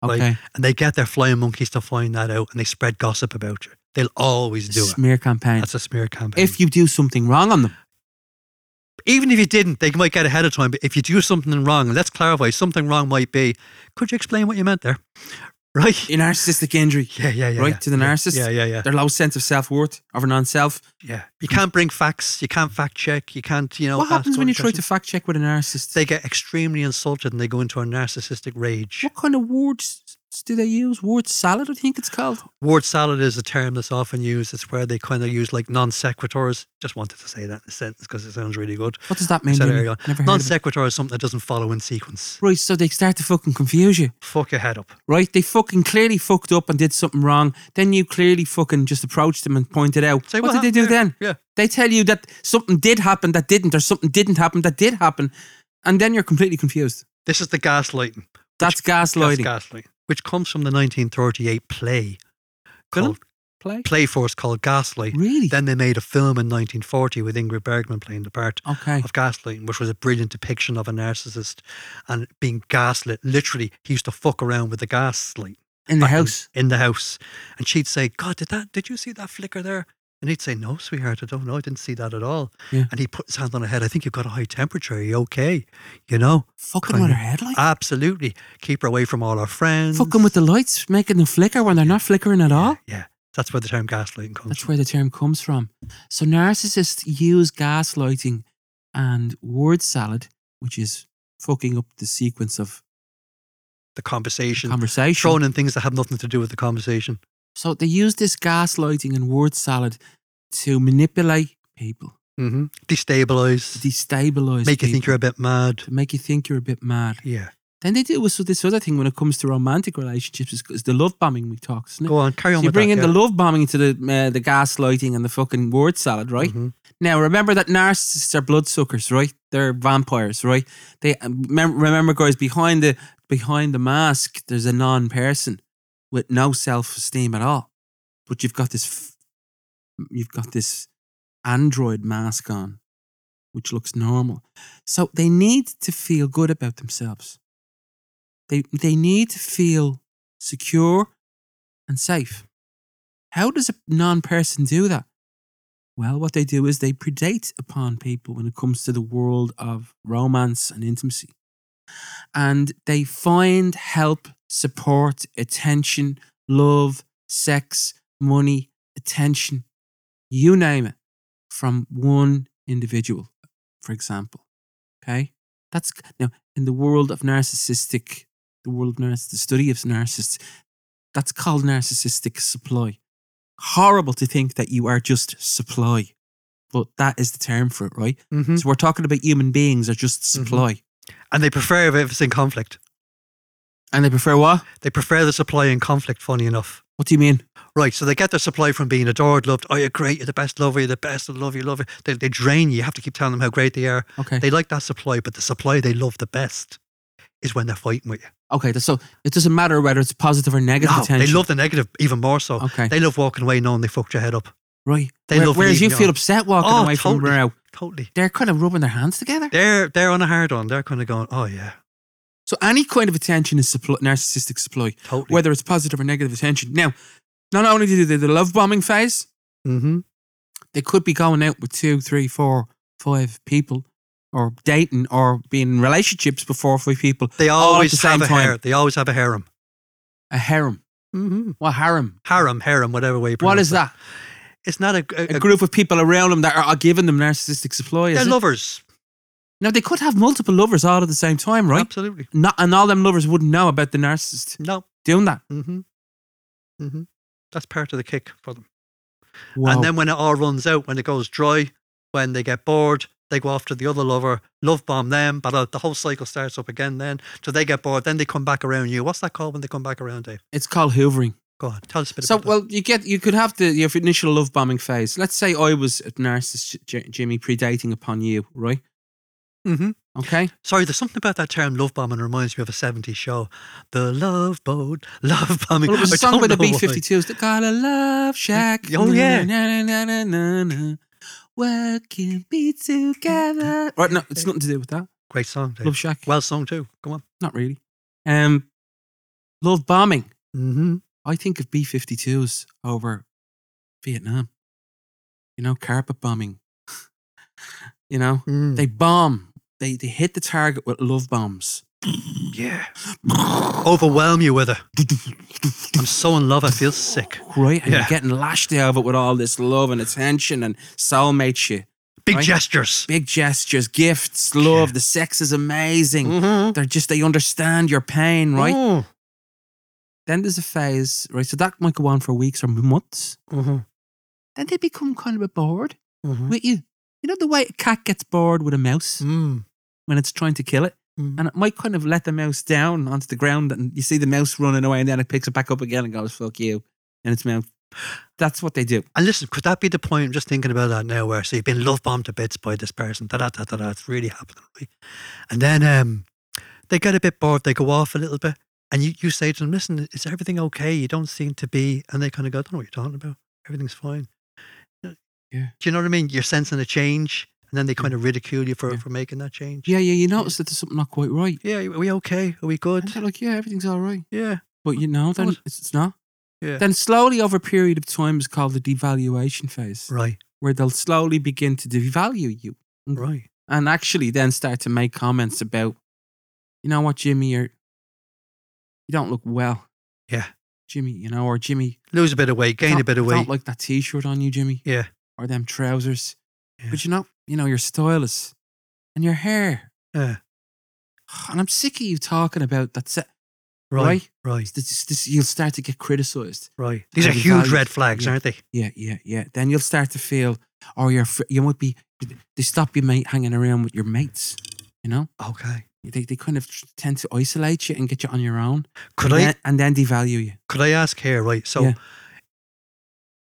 Speaker 2: Like,
Speaker 1: Okay.
Speaker 2: and they get their flying monkeys to find that out, and they spread gossip about you. They'll always do it.
Speaker 1: smear campaign.
Speaker 2: That's a smear campaign.
Speaker 1: If you do something wrong on them,
Speaker 2: even if you didn't, they might get ahead of time. But if you do something wrong, and let's clarify, something wrong might be. Could you explain what you meant there? right?
Speaker 1: in narcissistic injury,
Speaker 2: Yeah, yeah, yeah.
Speaker 1: Right,
Speaker 2: yeah.
Speaker 1: to the
Speaker 2: Yeah,
Speaker 1: narcissist.
Speaker 2: Yeah, yeah, yeah.
Speaker 1: their low sense of self worth of a non self.
Speaker 2: Yeah. You can't bring facts. You can't fact check. You can't, you know.
Speaker 1: what
Speaker 2: ask
Speaker 1: happens when
Speaker 2: other
Speaker 1: you try to
Speaker 2: questions.
Speaker 1: fact check with a narcissist?
Speaker 2: They get extremely insulted and they go into a narcissistic rage.
Speaker 1: what kind of words s- do they use? Word salad, I think it's called.
Speaker 2: Word salad is a term that's often used. It's where they kind of use like non sequiturs. Just wanted to say that in a sentence because it sounds really good.
Speaker 1: What does that mean?
Speaker 2: Said
Speaker 1: Jimmy?
Speaker 2: earlier on.
Speaker 1: Never heard
Speaker 2: Non
Speaker 1: of it.
Speaker 2: sequitur is something that doesn't follow in sequence.
Speaker 1: Right, so they start to fucking confuse you,
Speaker 2: Fuck your head up.
Speaker 1: right? They fucking clearly fucked up and did something wrong. Then you clearly fucking just approached them and pointed out.
Speaker 2: Say,
Speaker 1: what, did they
Speaker 2: happened
Speaker 1: do
Speaker 2: there?"
Speaker 1: then?
Speaker 2: Yeah.
Speaker 1: They tell you that something did happen that didn't, or something didn't happen that did happen, and then you're completely confused.
Speaker 2: This is the gaslighting.
Speaker 1: That's
Speaker 2: That's
Speaker 1: gaslighting.
Speaker 2: gaslighting. Which comes from the 1938 play
Speaker 1: Film?
Speaker 2: called
Speaker 1: Play?
Speaker 2: Play Force called Gaslight.
Speaker 1: Really?
Speaker 2: Then they made a film in 1940 with Ingrid Bergman playing the part
Speaker 1: okay.
Speaker 2: of gaslighting, which was a brilliant depiction of a narcissist and being gaslit. Literally, he used to fuck around with the gaslight
Speaker 1: In the house.
Speaker 2: in the house, and she'd say, "God, did that? Did you see that flicker there?" And he'd say, "No, sweetheart, I don't know. I didn't see that at all."
Speaker 1: Yeah.
Speaker 2: And he put his hand on her head. I think you've got a high temperature. Are you okay? You know,
Speaker 1: Fucking
Speaker 2: Kind
Speaker 1: with her
Speaker 2: of-
Speaker 1: head like
Speaker 2: absolutely. Keep her away from all her friends.
Speaker 1: Uh, Fucking with the lights, making them flicker when they're not flickering at all.
Speaker 2: Yeah, yeah. that's where the term gaslighting comes
Speaker 1: That's
Speaker 2: from.
Speaker 1: where the term comes from. So narcissists use gaslighting and word salad, which is fucking up the sequence of
Speaker 2: The conversation,
Speaker 1: conversation.
Speaker 2: thrown in things that have nothing to do with the conversation.
Speaker 1: So they use this gaslighting and word salad to manipulate people,
Speaker 2: Mm-hmm.
Speaker 1: to
Speaker 2: Destabilize,
Speaker 1: destabilize,
Speaker 2: make you think
Speaker 1: people,
Speaker 2: you're a bit mad.
Speaker 1: to make you think you're a bit mad.
Speaker 2: Yeah.
Speaker 1: Then they do so this other thing when it comes to romantic relationships is, is the love bombing we talk. Isn't it?
Speaker 2: Go on, carry on
Speaker 1: So you
Speaker 2: with
Speaker 1: bring
Speaker 2: that,
Speaker 1: in
Speaker 2: yeah.
Speaker 1: the love bombing into the uh, the gaslighting and the fucking word salad, right?
Speaker 2: Mhm.
Speaker 1: Now remember that narcissists are bloodsuckers, right? They're vampires, right? They remember, remember, guys, behind the behind the mask, there's a non-person with no self-esteem at all, but you've got this, f- you've got this android mask on, which looks normal. So they need to feel good about themselves. They they need to feel secure and safe. How does a non-person do that? Well, what they do is they predate upon people when it comes to the world of romance and intimacy. And they find help, support, attention, love, sex, money, attention, you name it, from one individual, for example. Okay? That's now in the world of narcissistic, the world of narciss, the study of narcissists, that's called narcissistic supply horrible to think that you are just supply, but that is the term for it, right?
Speaker 2: Mhm.
Speaker 1: So we're talking about human beings are just
Speaker 2: Mm-hmm.
Speaker 1: supply,
Speaker 2: And they prefer if it's in conflict.
Speaker 1: and they prefer what?
Speaker 2: They prefer the supply in conflict, funny enough.
Speaker 1: What do you mean?
Speaker 2: Right, so they get their supply from being adored, loved. Oh, you're great, you're the best lover, you're the best, I love you, love you. They, they drain you. You have to keep telling them how great they are.
Speaker 1: Okay,
Speaker 2: They like that supply, but the supply they love the best is when they're fighting with you.
Speaker 1: okay. th- So it doesn't matter whether it's positive or negative
Speaker 2: No,
Speaker 1: attention.
Speaker 2: they love the negative even more so.
Speaker 1: Okay,
Speaker 2: They love walking away knowing they fucked your head up.
Speaker 1: right.
Speaker 2: they
Speaker 1: Where-
Speaker 2: love
Speaker 1: whereas you
Speaker 2: leaving
Speaker 1: feel
Speaker 2: out.
Speaker 1: upset walking
Speaker 2: Oh,
Speaker 1: away from
Speaker 2: totally.
Speaker 1: Brow,
Speaker 2: Totally.
Speaker 1: they're kind of rubbing their hands together.
Speaker 2: They're they're on a hard on. They're kind of going, oh yeah,
Speaker 1: So any kind of attention is supply, narcissistic supply,
Speaker 2: totally.
Speaker 1: whether it's positive or negative attention. Now, not only do they do the love bombing phase,
Speaker 2: mm-hmm.
Speaker 1: they could be going out with two, three, four, five people, or dating, or being in relationships with four or five people.
Speaker 2: They
Speaker 1: Oh, at the
Speaker 2: always
Speaker 1: same
Speaker 2: have a
Speaker 1: time.
Speaker 2: hair. They always have a harem.
Speaker 1: A harem.
Speaker 2: Mm-hmm.
Speaker 1: What harem?
Speaker 2: Harem, harem, whatever way. You
Speaker 1: What
Speaker 2: pronounce
Speaker 1: is
Speaker 2: it.
Speaker 1: that?
Speaker 2: It's not a, a,
Speaker 1: A
Speaker 2: a-
Speaker 1: group of people around them that are, are giving them narcissistic supply.
Speaker 2: They're
Speaker 1: Is it?
Speaker 2: lovers,
Speaker 1: Now they could have multiple lovers all at the same time, right?
Speaker 2: Absolutely.
Speaker 1: Not, and all them lovers wouldn't know about the narcissist
Speaker 2: No.
Speaker 1: doing that.
Speaker 2: Mm-hmm. Mm-hmm. That's part of the kick for them.
Speaker 1: Wow.
Speaker 2: And then when it all runs out, when it goes dry, when they get bored, they go after the other lover, love bomb them, but uh, the whole cycle starts up again then. So they get bored, then they come back around you. What's that called when they come back around, Dave?
Speaker 1: it's called hoovering.
Speaker 2: Go on, tell us a bit
Speaker 1: So,
Speaker 2: about that.
Speaker 1: well, you get you could have the your initial love bombing phase. Let's say I was a narcissist, J- Jimmy, predating upon you, right?
Speaker 2: Mm-hmm.
Speaker 1: Okay.
Speaker 2: Sorry, there's something about that term love bombing reminds me of a 70s show. The love boat, love bombing.
Speaker 1: Well, it was
Speaker 2: I
Speaker 1: a song
Speaker 2: don't
Speaker 1: by the
Speaker 2: know why.
Speaker 1: B52s. They got a love shack.
Speaker 2: Oh, yeah.
Speaker 1: Na, na, na, na, na, na. We can be together. Right, no, it's nothing to do with that.
Speaker 2: Great song, Dave.
Speaker 1: Love shack.
Speaker 2: well sung too. Come on.
Speaker 1: Not really. Um, love bombing.
Speaker 2: Mm-hmm.
Speaker 1: I think of B-52s over Vietnam. You know, carpet bombing. you know,
Speaker 2: Mm. Mm-hmm.
Speaker 1: they bomb. They they hit the target with love bombs.
Speaker 2: Yeah. Overwhelm you with it. I'm so in love, I feel sick.
Speaker 1: right? And you're
Speaker 2: Yeah.
Speaker 1: getting lashed out of it with all this love and attention and soulmate shit.
Speaker 2: Big
Speaker 1: Right.
Speaker 2: gestures.
Speaker 1: Big gestures, gifts, love. The sex is amazing.
Speaker 2: Mhm.
Speaker 1: They're just, they understand your pain, right?
Speaker 2: Mm.
Speaker 1: Then there's a phase, right? So that might go on for weeks or months.
Speaker 2: Mhm.
Speaker 1: Then they become kind of a bored
Speaker 2: Mhm.
Speaker 1: with you. You know the way a cat gets bored with a mouse
Speaker 2: Mm.
Speaker 1: when it's trying to kill it?
Speaker 2: Mm.
Speaker 1: And it might kind of let the mouse down onto the ground and you see the mouse running away and then it picks it back up again and goes, fuck you, in its mouth. That's what they do.
Speaker 2: And listen, could that be the point? I'm just thinking about that now, where so you've been love bombed to bits by this person, da da da da da. It's really happening, right? And then um, they get a bit bored, they go off a little bit, and you, you say to them, "Listen, is everything okay? You don't seem to be." And they kind of go, "I don't know what you're talking about. Everything's fine."
Speaker 1: Yeah.
Speaker 2: Do you know what I mean? You're sensing a change, and then they kind of ridicule you for
Speaker 1: Yeah.
Speaker 2: for making that change.
Speaker 1: Yeah, yeah, you notice that there's something not quite right.
Speaker 2: Yeah. Are we okay? Are we
Speaker 1: And
Speaker 2: good?
Speaker 1: they're like, yeah, everything's all right.
Speaker 2: Yeah.
Speaker 1: But you know, then
Speaker 2: was-
Speaker 1: it's, it's not.
Speaker 2: Yeah.
Speaker 1: Then slowly over a period of time is called the devaluation phase,
Speaker 2: Right.
Speaker 1: where they'll slowly begin to devalue you
Speaker 2: Right.
Speaker 1: and actually then start to make comments about, you know what, Jimmy, you're, you don't look well.
Speaker 2: Yeah.
Speaker 1: Jimmy, you know, or Jimmy,
Speaker 2: Lose a bit of weight, gain
Speaker 1: don't-
Speaker 2: a bit of
Speaker 1: Don't
Speaker 2: weight.
Speaker 1: like that t-shirt on you, Jimmy.
Speaker 2: Yeah.
Speaker 1: Or them trousers.
Speaker 2: Yeah.
Speaker 1: But you know, you know, your style is, and your hair.
Speaker 2: Yeah.
Speaker 1: And I'm sick of you talking about that. Se-
Speaker 2: Right.
Speaker 1: right.
Speaker 2: Right.
Speaker 1: this, this, this, you'll start to get criticised.
Speaker 2: Right. These are
Speaker 1: Highly
Speaker 2: huge
Speaker 1: valued.
Speaker 2: red flags,
Speaker 1: Yeah.
Speaker 2: aren't they?
Speaker 1: Yeah, yeah, yeah. Then you'll start to feel, or you're, fr- you might be, they stop you mate hanging around with your mates. You know,
Speaker 2: Okay.
Speaker 1: they, they kind of tr- tend to isolate you and get you on your own,
Speaker 2: Could
Speaker 1: and,
Speaker 2: I
Speaker 1: then, and then devalue you.
Speaker 2: could I ask here, right? So
Speaker 1: Yeah.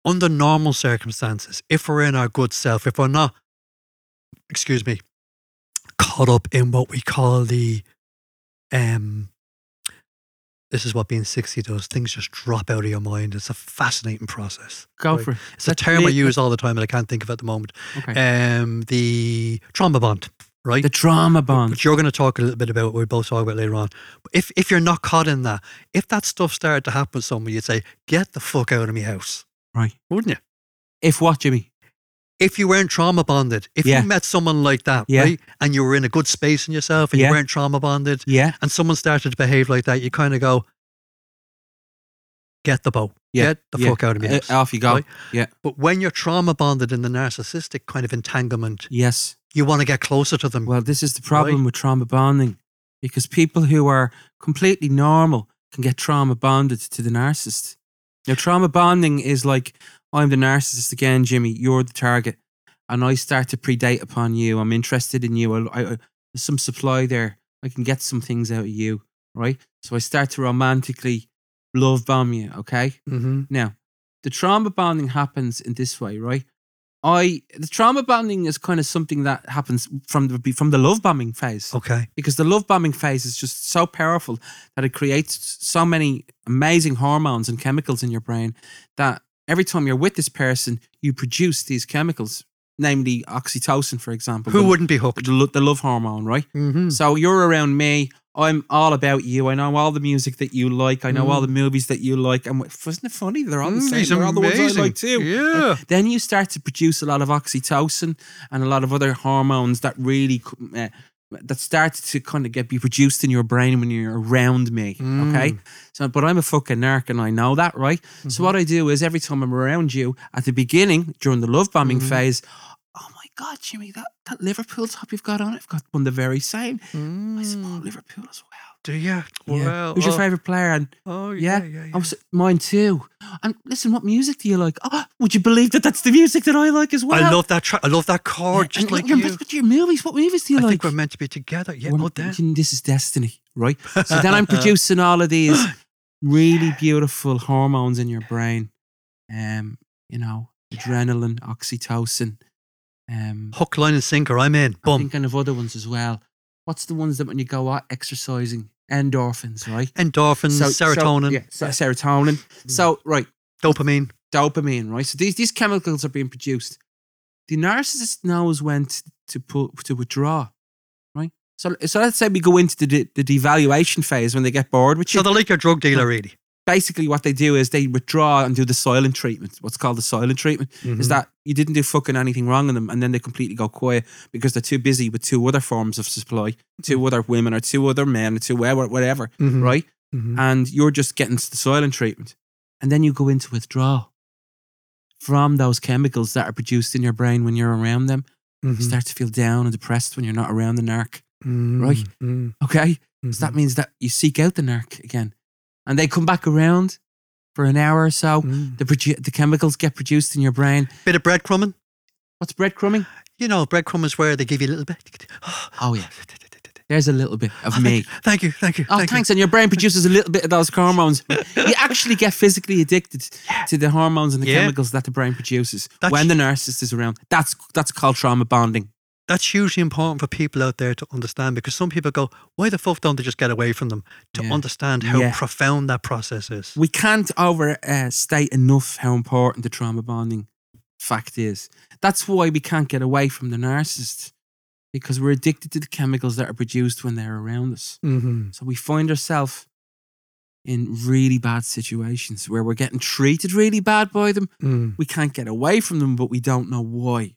Speaker 2: under normal circumstances, if we're in our good self, if we're not excuse me, caught up in what we call the um this is what being 60 does. Things just drop out of your mind. It's a fascinating process.
Speaker 1: Go
Speaker 2: Right.
Speaker 1: for it.
Speaker 2: It's a
Speaker 1: Let's
Speaker 2: term I
Speaker 1: make-
Speaker 2: use all the time and I can't think of it at the moment.
Speaker 1: Okay.
Speaker 2: Um, the trauma bond, right?
Speaker 1: the trauma bond.
Speaker 2: which you're going to talk a little bit about, we'll both talk about later on. But if, if you're not caught in that, if that stuff started to happen to someone, you'd say, get the fuck out of my house,
Speaker 1: Right.
Speaker 2: wouldn't you?
Speaker 1: If what, Jimmy?
Speaker 2: If you weren't trauma bonded, if
Speaker 1: Yeah.
Speaker 2: you met someone like that,
Speaker 1: Yeah.
Speaker 2: right, and you were in a good space in yourself and
Speaker 1: Yeah.
Speaker 2: you weren't trauma bonded,
Speaker 1: Yeah.
Speaker 2: and someone started to behave like that, you kind of go, get the boat,
Speaker 1: Yeah.
Speaker 2: get the
Speaker 1: Yeah.
Speaker 2: fuck out of my
Speaker 1: Uh,
Speaker 2: house.
Speaker 1: off you go.
Speaker 2: Right.
Speaker 1: Yeah.
Speaker 2: but when you're trauma bonded in the narcissistic kind of entanglement,
Speaker 1: Yes.
Speaker 2: you want to get closer to them.
Speaker 1: Well, this is the problem with trauma bonding because people who are completely normal can get trauma bonded to the narcissist. Now, trauma bonding is like, I'm the narcissist again, Jimmy, you're the target, and I start to predate upon you. I'm interested in you. I, I, there's some supply there. I can get some things out of you, right? So I start to romantically love bomb you, okay?
Speaker 2: mm-hmm.
Speaker 1: Now, the trauma bonding happens in this way, right? I the trauma bonding is kind of something that happens from the from the love bombing phase
Speaker 2: Okay.
Speaker 1: because the love bombing phase is just so powerful that it creates so many amazing hormones and chemicals in your brain that every time you're with this person, you produce these chemicals, namely oxytocin, for example.
Speaker 2: Who
Speaker 1: the-
Speaker 2: wouldn't be hooked?
Speaker 1: the, lo- the love hormone, right?
Speaker 2: Mm-hmm.
Speaker 1: So you're around me. I'm all about you. I know all the music that you like. I know all the movies that you like. And wh- wasn't it funny? They're all the same. They're all the ones I like too.
Speaker 2: Mm, Yeah.
Speaker 1: Then you start to produce a lot of oxytocin and a lot of other hormones that really c- uh, that start to kind of get be produced in your brain when you're around me. Okay. So, but I'm a fucking narc and I know that, right? So what I do is every time I'm around you, at the beginning during the love bombing
Speaker 2: Mhm.
Speaker 1: phase, oh my god, Jimmy, that that Liverpool top you've got on, I've got one the very same. I support Liverpool as well.
Speaker 2: Do you?
Speaker 1: Mm. Yeah.
Speaker 2: Well,
Speaker 1: Who's your
Speaker 2: oh,
Speaker 1: favourite player? And
Speaker 2: Oh,
Speaker 1: Yeah,
Speaker 2: yeah, yeah. yeah.
Speaker 1: I was mine too. And listen, what music do you like? Oh, would you believe that that's the music that I like as well?
Speaker 2: I love that track. I love that
Speaker 1: Yeah,
Speaker 2: chord,
Speaker 1: and
Speaker 2: just
Speaker 1: look,
Speaker 2: like
Speaker 1: your,
Speaker 2: you.
Speaker 1: What your movies? What movies do you
Speaker 2: I
Speaker 1: like?
Speaker 2: think we're meant to be together. Yeah.
Speaker 1: Well,
Speaker 2: Oh, damn.
Speaker 1: you know, This is destiny, right? So then I'm producing all of these really beautiful hormones in your brain. Um, you know, adrenaline, oxytocin. Um,
Speaker 2: Hook, line, and sinker. I'm in.
Speaker 1: I'm
Speaker 2: Boom.
Speaker 1: thinking of other ones as well. What's the ones that when you go out exercising, endorphins, right?
Speaker 2: Endorphins, serotonin,
Speaker 1: yeah, so- serotonin. So right,
Speaker 2: dopamine.
Speaker 1: dopamine, right? So these these chemicals are being produced. The narcissist knows when to to, pull, to withdraw, right? So so let's say we go into the de- the devaluation phase when they get bored with you.
Speaker 2: So they're like your drug dealer, really.
Speaker 1: basically what they do is they withdraw and do the silent treatment. What's called the silent treatment is
Speaker 2: Mhm.
Speaker 1: that you didn't do fucking anything wrong in them, and then they completely go quiet because they're too busy with two other forms of supply, two other women or two other men or two whatever, whatever,
Speaker 2: Mhm.
Speaker 1: right?
Speaker 2: Mhm.
Speaker 1: and you're just getting the silent treatment. And then you go into withdrawal from those chemicals that are produced in your brain when you're around them. You
Speaker 2: Mhm.
Speaker 1: start to feel down and depressed when you're not around the narc.
Speaker 2: Mhm.
Speaker 1: right?
Speaker 2: Mhm.
Speaker 1: Okay? So that means that you seek out the narc again. And they come back around for an hour or so.
Speaker 2: Mhm.
Speaker 1: The, produ- the chemicals get produced in your brain.
Speaker 2: Bit of breadcrumbing.
Speaker 1: What's breadcrumbing?
Speaker 2: You know, breadcrumb is where they give you a little bit.
Speaker 1: Oh, yeah. There's a little bit of
Speaker 2: Thank
Speaker 1: me.
Speaker 2: you, Thank you, thank you.
Speaker 1: Oh,
Speaker 2: thank you.
Speaker 1: thanks. And your brain produces a little bit of those hormones. you actually get physically addicted to the hormones and the
Speaker 2: Yeah.
Speaker 1: chemicals that the brain produces
Speaker 2: That's-
Speaker 1: when the narcissist is around. That's that's called trauma bonding.
Speaker 2: That's hugely important for people out there to understand because some people go, why the fuck don't they just get away from them? To
Speaker 1: Yeah.
Speaker 2: understand how
Speaker 1: Yeah.
Speaker 2: profound that process is.
Speaker 1: We can't overstate enough how important the trauma bonding fact is. That's why we can't get away from the narcissist because we're addicted to the chemicals that are produced when they're around us.
Speaker 2: Mm-hmm.
Speaker 1: So we find ourselves in really bad situations where we're getting treated really bad by them.
Speaker 2: Mm-hmm.
Speaker 1: We can't get away from them, but we don't know why.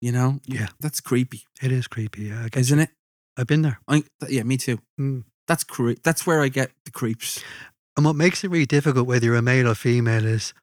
Speaker 1: You know?
Speaker 2: Yeah.
Speaker 1: That's creepy,
Speaker 2: It is creepy. Yeah, I guess.
Speaker 1: isn't it?
Speaker 2: I've been there.
Speaker 1: I, th- yeah, me too.
Speaker 2: Mm.
Speaker 1: That's cre- That's where I get the creeps.
Speaker 2: And what makes it really difficult, whether you're a male or female, is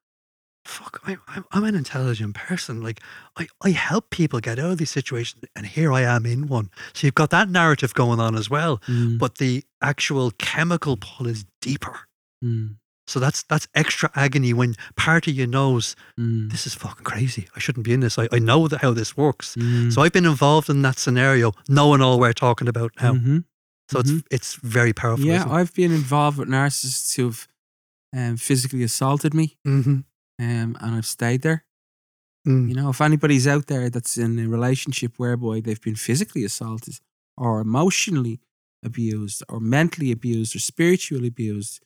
Speaker 2: fuck, I, I'm, I'm an intelligent person. Like, I, I help people get out of these situations, and here I am in one. So you've got that narrative going on as well. But the actual chemical pull is deeper.
Speaker 1: Mm,
Speaker 2: So that's that's extra agony when part of you knows
Speaker 1: mm,
Speaker 2: this is fucking crazy. I shouldn't be in this. I, I know that how this works.
Speaker 1: mm.
Speaker 2: So I've been involved in that scenario, knowing all we're talking about now.
Speaker 1: Mhm.
Speaker 2: So it's it's very powerful.
Speaker 1: Yeah, I've been involved with narcissists who've um, physically assaulted me,
Speaker 2: mm-hmm.
Speaker 1: um, and I've stayed there.
Speaker 2: mm.
Speaker 1: You know, if anybody's out there that's in a relationship whereby they've been physically assaulted, or emotionally abused, or mentally abused, or spiritually abused,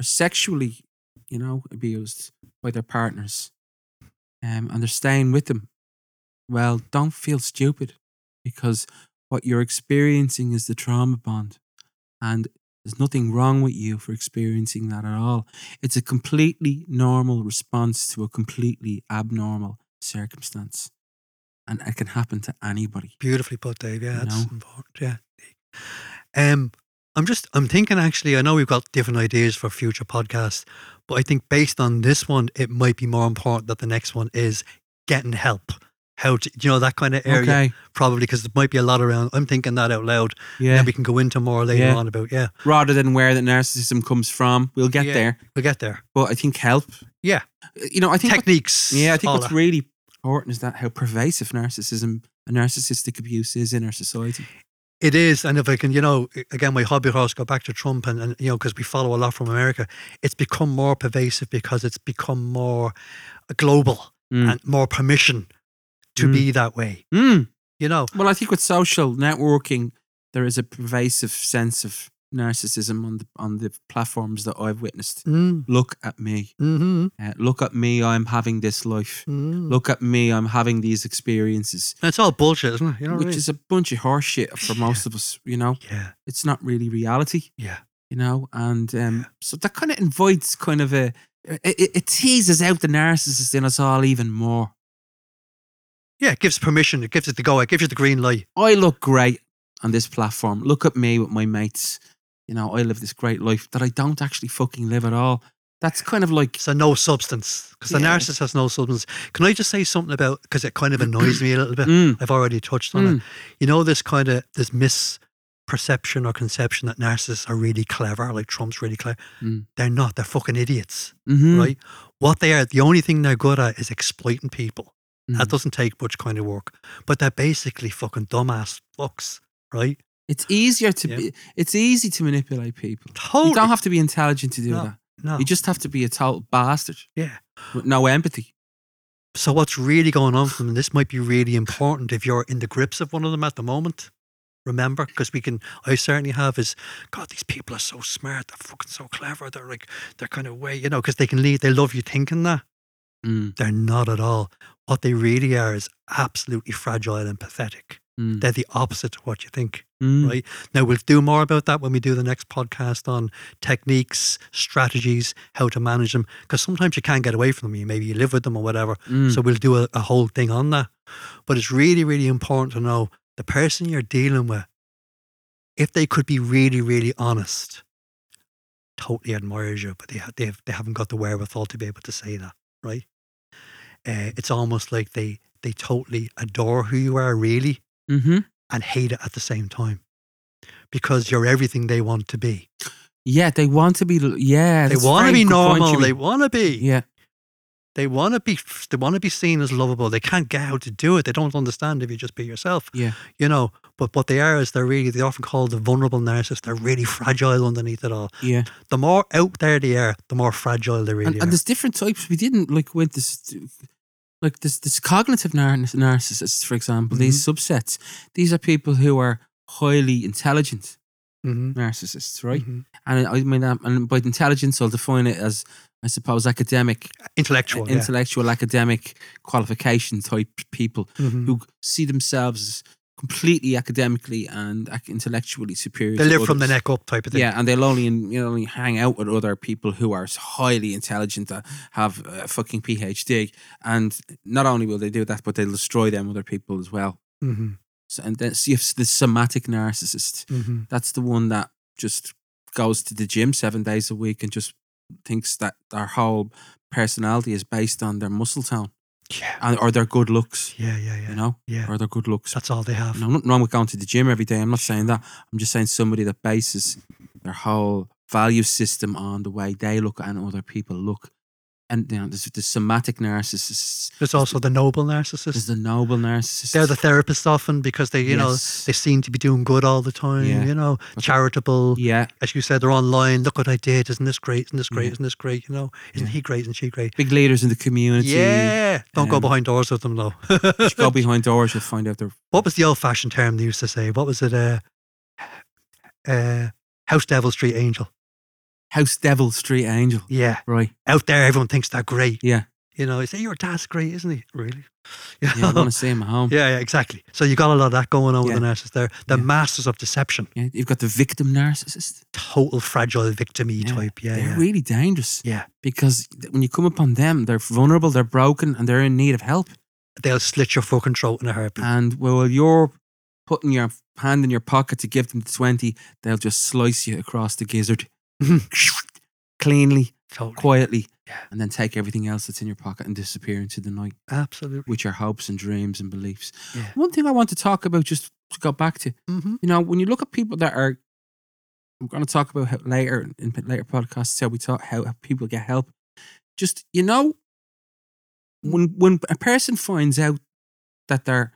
Speaker 1: or sexually, you know, abused by their partners, um, and they're staying with them, well, don't feel stupid because what you're experiencing is the trauma bond. And there's nothing wrong with you for experiencing that at all. It's a completely normal response to a completely abnormal circumstance. And it can happen to anybody.
Speaker 2: Beautifully put, Dave. Yeah,
Speaker 1: You
Speaker 2: that's
Speaker 1: know?
Speaker 2: important. Yeah. Um, I'm just I'm thinking actually. I know we've got different ideas for future podcasts, but I think based on this one, it might be more important that the next one is getting help. How to, you know that kind of area
Speaker 1: Okay.
Speaker 2: probably because there might be a lot around. I'm thinking that out loud.
Speaker 1: Yeah.
Speaker 2: and we can go into more later
Speaker 1: Yeah.
Speaker 2: on about yeah
Speaker 1: Rather than where the narcissism comes from, we'll get
Speaker 2: Yeah.
Speaker 1: there.
Speaker 2: we'll get there
Speaker 1: But I think help. uh,
Speaker 2: Yeah.
Speaker 1: You know, I think. what-
Speaker 2: techniques
Speaker 1: yeah, I think
Speaker 2: all
Speaker 1: what's
Speaker 2: that.
Speaker 1: really important is that how pervasive narcissism and narcissistic abuse is in our society.
Speaker 2: it is and if I can you know again my hobby horse go back to Trump and, and you know because we follow a lot from America it's become more pervasive because it's become more global
Speaker 1: Mm.
Speaker 2: and more permission to
Speaker 1: Mm.
Speaker 2: be that way
Speaker 1: Mm.
Speaker 2: you know
Speaker 1: Well, I think with social networking, there is a pervasive sense of narcissism on the on the platforms that I've witnessed.
Speaker 2: mm,
Speaker 1: Look at me.
Speaker 2: mm-hmm,
Speaker 1: Uh, look at me. I'm having this life.
Speaker 2: mm.
Speaker 1: Look at me. I'm having these experiences,
Speaker 2: it's all bullshit isn't it you know what I
Speaker 1: which
Speaker 2: mean?
Speaker 1: is a bunch of horseshit for
Speaker 2: Yeah.
Speaker 1: most of us. You know,
Speaker 2: yeah
Speaker 1: it's not really reality.
Speaker 2: yeah
Speaker 1: You know, and um, so that kind of invites kind of a it, it it teases out the narcissist in us all even more.
Speaker 2: yeah it gives permission it gives it the go it gives you the green light
Speaker 1: I look great on this platform. Look at me with my mates. You know, I live this great life that I don't actually fucking live at all. That's kind of like,
Speaker 2: So no substance, because the
Speaker 1: Yeah.
Speaker 2: narcissist has no substance. Can I just say something about? Because it kind of annoys me a little bit.
Speaker 1: mm,
Speaker 2: I've already touched on
Speaker 1: mm,
Speaker 2: it. You know this kind of this misperception or conception that narcissists are really clever, like Trump's really clever.
Speaker 1: Mm.
Speaker 2: They're not. They're fucking idiots,
Speaker 1: mhm,
Speaker 2: right? What they are, the only thing they're good at is exploiting people. That
Speaker 1: mm.
Speaker 2: doesn't take much kind of work, but they're basically fucking dumbass fucks, right?
Speaker 1: It's easier to
Speaker 2: Yeah.
Speaker 1: be. It's easy to manipulate people.
Speaker 2: Totally.
Speaker 1: You don't have to be intelligent to do
Speaker 2: No,
Speaker 1: that.
Speaker 2: no.
Speaker 1: You just have to be a total bastard
Speaker 2: yeah.
Speaker 1: with no empathy.
Speaker 2: So what's really going on for them? and This might be really important if you're in the grips of one of them at the moment. Remember, because we can, I certainly have is, God, these people are so smart. They're fucking so clever. They're like, they're kind of way, you know, because they can lead, they love you thinking that.
Speaker 1: Mm,
Speaker 2: They're not at all. What they really are is absolutely fragile and pathetic.
Speaker 1: Mm.
Speaker 2: They're the opposite of what you think.
Speaker 1: Mm.
Speaker 2: right? Now, we'll do more about that when we do the next podcast on techniques, strategies, how to manage them, because sometimes you can't get away from them. You maybe you live with them or whatever.
Speaker 1: Mm.
Speaker 2: So we'll do a, a whole thing on that. But it's really, really important to know the person you're dealing with, if they could be really, really honest, totally admires you, but they, ha- they, have, they haven't got the wherewithal to be able to say that, right? Uh, it's almost like they, they totally adore who you are, really,
Speaker 1: hmm
Speaker 2: and hate it at the same time because you're everything they want to be.
Speaker 1: Yeah, they want to be. Yeah,
Speaker 2: they
Speaker 1: that's a
Speaker 2: want to
Speaker 1: very
Speaker 2: be
Speaker 1: good point
Speaker 2: normal.
Speaker 1: you
Speaker 2: They
Speaker 1: make.
Speaker 2: want to be.
Speaker 1: yeah,
Speaker 2: They want to be. They want to be seen as lovable. They can't get how to do it. They don't understand if you just be yourself.
Speaker 1: Yeah.
Speaker 2: You know. But what they are is they're really. They're often called the vulnerable narcissist. They're really fragile underneath it all.
Speaker 1: yeah.
Speaker 2: The more out there they are, the more fragile they really
Speaker 1: and, and
Speaker 2: are.
Speaker 1: there's different types. We didn't like with this, like this, this cognitive nar- narcissists, for example. These
Speaker 2: Mm-hmm.
Speaker 1: subsets. These are people who are highly intelligent Mm-hmm.
Speaker 2: Mhm,
Speaker 1: narcissists, right?
Speaker 2: mhm.
Speaker 1: And I I mean, um, and by intelligence, I'll define it as, I suppose, academic,
Speaker 2: Intellectual. yeah.
Speaker 1: intellectual, academic qualification type people
Speaker 2: Mhm.
Speaker 1: who see themselves as completely academically and ac- intellectually superior.
Speaker 2: They
Speaker 1: to
Speaker 2: live from the
Speaker 1: others.
Speaker 2: neck up type of thing.
Speaker 1: Yeah, and they'll only in, you know, only hang out with other people who are highly intelligent that have a fucking PhD, and not only will they do that, but they'll destroy them other people as well.
Speaker 2: hmm
Speaker 1: So, and then see if the somatic narcissist,
Speaker 2: hmm
Speaker 1: that's the one that just goes to the gym seven days a week and just thinks that their whole personality is based on their muscle tone
Speaker 2: Yeah.
Speaker 1: and or their good looks,
Speaker 2: Yeah. Yeah. Yeah.
Speaker 1: you know,
Speaker 2: yeah.
Speaker 1: or their good looks.
Speaker 2: That's all they have.
Speaker 1: And I'm not wrong with going to the gym every day. I'm not saying that. I'm just saying somebody that bases their whole value system on the way they look and other people look. And you know, there's the somatic narcissists,
Speaker 2: There's also the noble narcissist.
Speaker 1: there's the noble narcissists.
Speaker 2: They're the therapists often because they, you know,
Speaker 1: Yes.
Speaker 2: they seem to be doing good all the time.
Speaker 1: Yeah.
Speaker 2: You know, charitable.
Speaker 1: yeah,
Speaker 2: As you said, they're online. Look what I did. Isn't this great? Isn't this great?
Speaker 1: Yeah.
Speaker 2: Isn't this great? You know, isn't
Speaker 1: Yeah.
Speaker 2: he great? Isn't she great?
Speaker 1: big leaders in the community.
Speaker 2: Yeah. Don't go
Speaker 1: um,
Speaker 2: behind doors with them though.
Speaker 1: If you go behind doors, you'll find out they're
Speaker 2: what was the old-fashioned term they used to say? What was it? Uh, uh, house devil, street angel.
Speaker 1: house devil, street angel.
Speaker 2: Yeah.
Speaker 1: Right.
Speaker 2: Out there, everyone thinks they're great.
Speaker 1: Yeah.
Speaker 2: You know, they say your dad's great, isn't he? Really? You
Speaker 1: Yeah, I
Speaker 2: know?
Speaker 1: want to see him at home. Yeah.
Speaker 2: yeah, yeah, exactly. So you got a lot of that going on
Speaker 1: Yeah.
Speaker 2: with the narcissists there. They're
Speaker 1: Yeah.
Speaker 2: masters of deception.
Speaker 1: You've got the victim narcissist.
Speaker 2: total fragile victim
Speaker 1: Yeah,
Speaker 2: type. Yeah,
Speaker 1: they're
Speaker 2: yeah.
Speaker 1: really dangerous.
Speaker 2: Yeah.
Speaker 1: Because when you come upon them, they're vulnerable, they're broken, and they're in need of help.
Speaker 2: They'll slit your fucking throat in a heartbeat.
Speaker 1: And while you're putting your hand in your pocket to give them the 20, they'll just slice you across the gizzard cleanly,
Speaker 2: totally.
Speaker 1: quietly,
Speaker 2: Yeah.
Speaker 1: and then take everything else that's in your pocket and disappear into the night,
Speaker 2: Absolutely.
Speaker 1: which are hopes and dreams and beliefs.
Speaker 2: Yeah.
Speaker 1: One thing I want to talk about, just to go back to,
Speaker 2: Mm-hmm.
Speaker 1: you know, when you look at people that are, I'm going to talk about how later in later podcasts how we talk how people get help. Just you know, when when a person finds out that their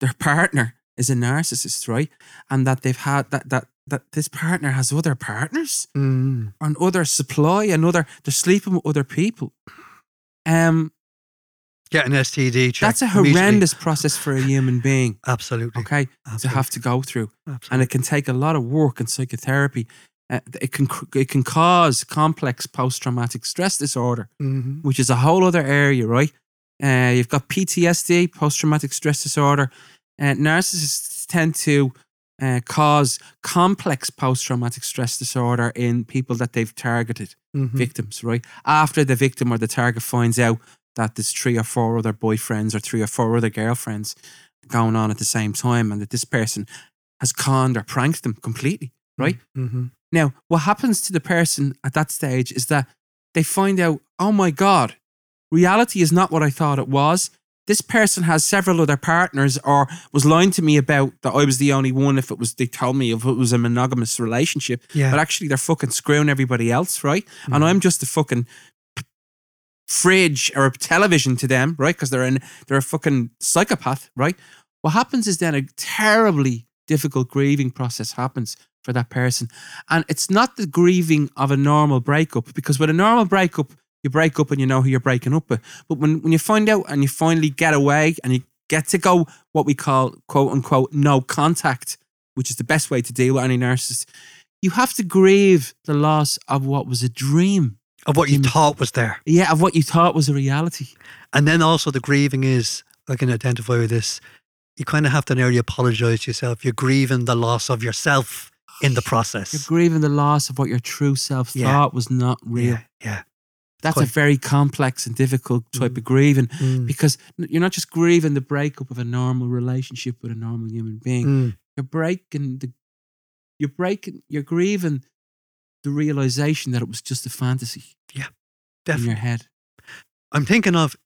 Speaker 1: their partner is a narcissist, right, and that they've had that that that this partner has other partners
Speaker 2: Mm.
Speaker 1: and other supply and other they're sleeping with other people. Um,
Speaker 2: Get an STD check.
Speaker 1: that's a
Speaker 2: immediately.
Speaker 1: horrendous process for a human being.
Speaker 2: Absolutely.
Speaker 1: Okay, to
Speaker 2: Absolutely.
Speaker 1: have to go through. and
Speaker 2: Absolutely.
Speaker 1: it can take a lot of work and psychotherapy. Uh, it can cr- it can cause complex post traumatic stress disorder,
Speaker 2: Mhm.
Speaker 1: which is a whole other area, right? Uh, you've got PTSD, post traumatic stress disorder. Uh, narcissists tend to uh, cause complex post traumatic stress disorder in people that they've targeted,
Speaker 2: Mhm.
Speaker 1: victims, right? After the victim or the target finds out that there's three or four other boyfriends or three or four other girlfriends going on at the same time and that this person has conned or pranked them completely. right?
Speaker 2: Mhm.
Speaker 1: Now, what happens to the person at that stage is that they find out, oh my God, reality is not what I thought it was. This person has several other partners or was lying to me about that I was the only one if it was, they told me if it was a monogamous relationship,
Speaker 2: Yeah.
Speaker 1: but actually they're fucking screwing everybody else, right?
Speaker 2: Hmm.
Speaker 1: And I'm just a fucking p- fridge or a television to them, right? Because they're in, they're a fucking psychopath, right? What happens is then a terribly difficult grieving process happens for that person, and it's not the grieving of a normal breakup because with a normal breakup, you break up and you know who you're breaking up with. But when when you find out and you finally get away and you get to go what we call quote unquote no contact, which is the best way to deal with any narcissist. You have to grieve the loss of what was a dream.
Speaker 2: Of what you
Speaker 1: Mm.
Speaker 2: thought was there.
Speaker 1: Yeah, of what you thought was a reality.
Speaker 2: And then also the grieving is, I can identify with this, you kind of have to nearly apologize to yourself. You're grieving the loss of yourself in
Speaker 1: You're
Speaker 2: the process.
Speaker 1: grieving the loss of what your true self
Speaker 2: Yeah.
Speaker 1: thought was not real.
Speaker 2: Yeah, yeah.
Speaker 1: That's a
Speaker 2: quite- Mm-hmm.
Speaker 1: very complex and difficult type of grieving
Speaker 2: Mm,
Speaker 1: because n- you're not just grieving the breakup of a normal relationship with a normal human being.
Speaker 2: mm,
Speaker 1: You're breaking the, you're breaking, you're grieving the realization that it was just a fantasy in
Speaker 2: definitely.
Speaker 1: your head.
Speaker 2: I'm thinking of,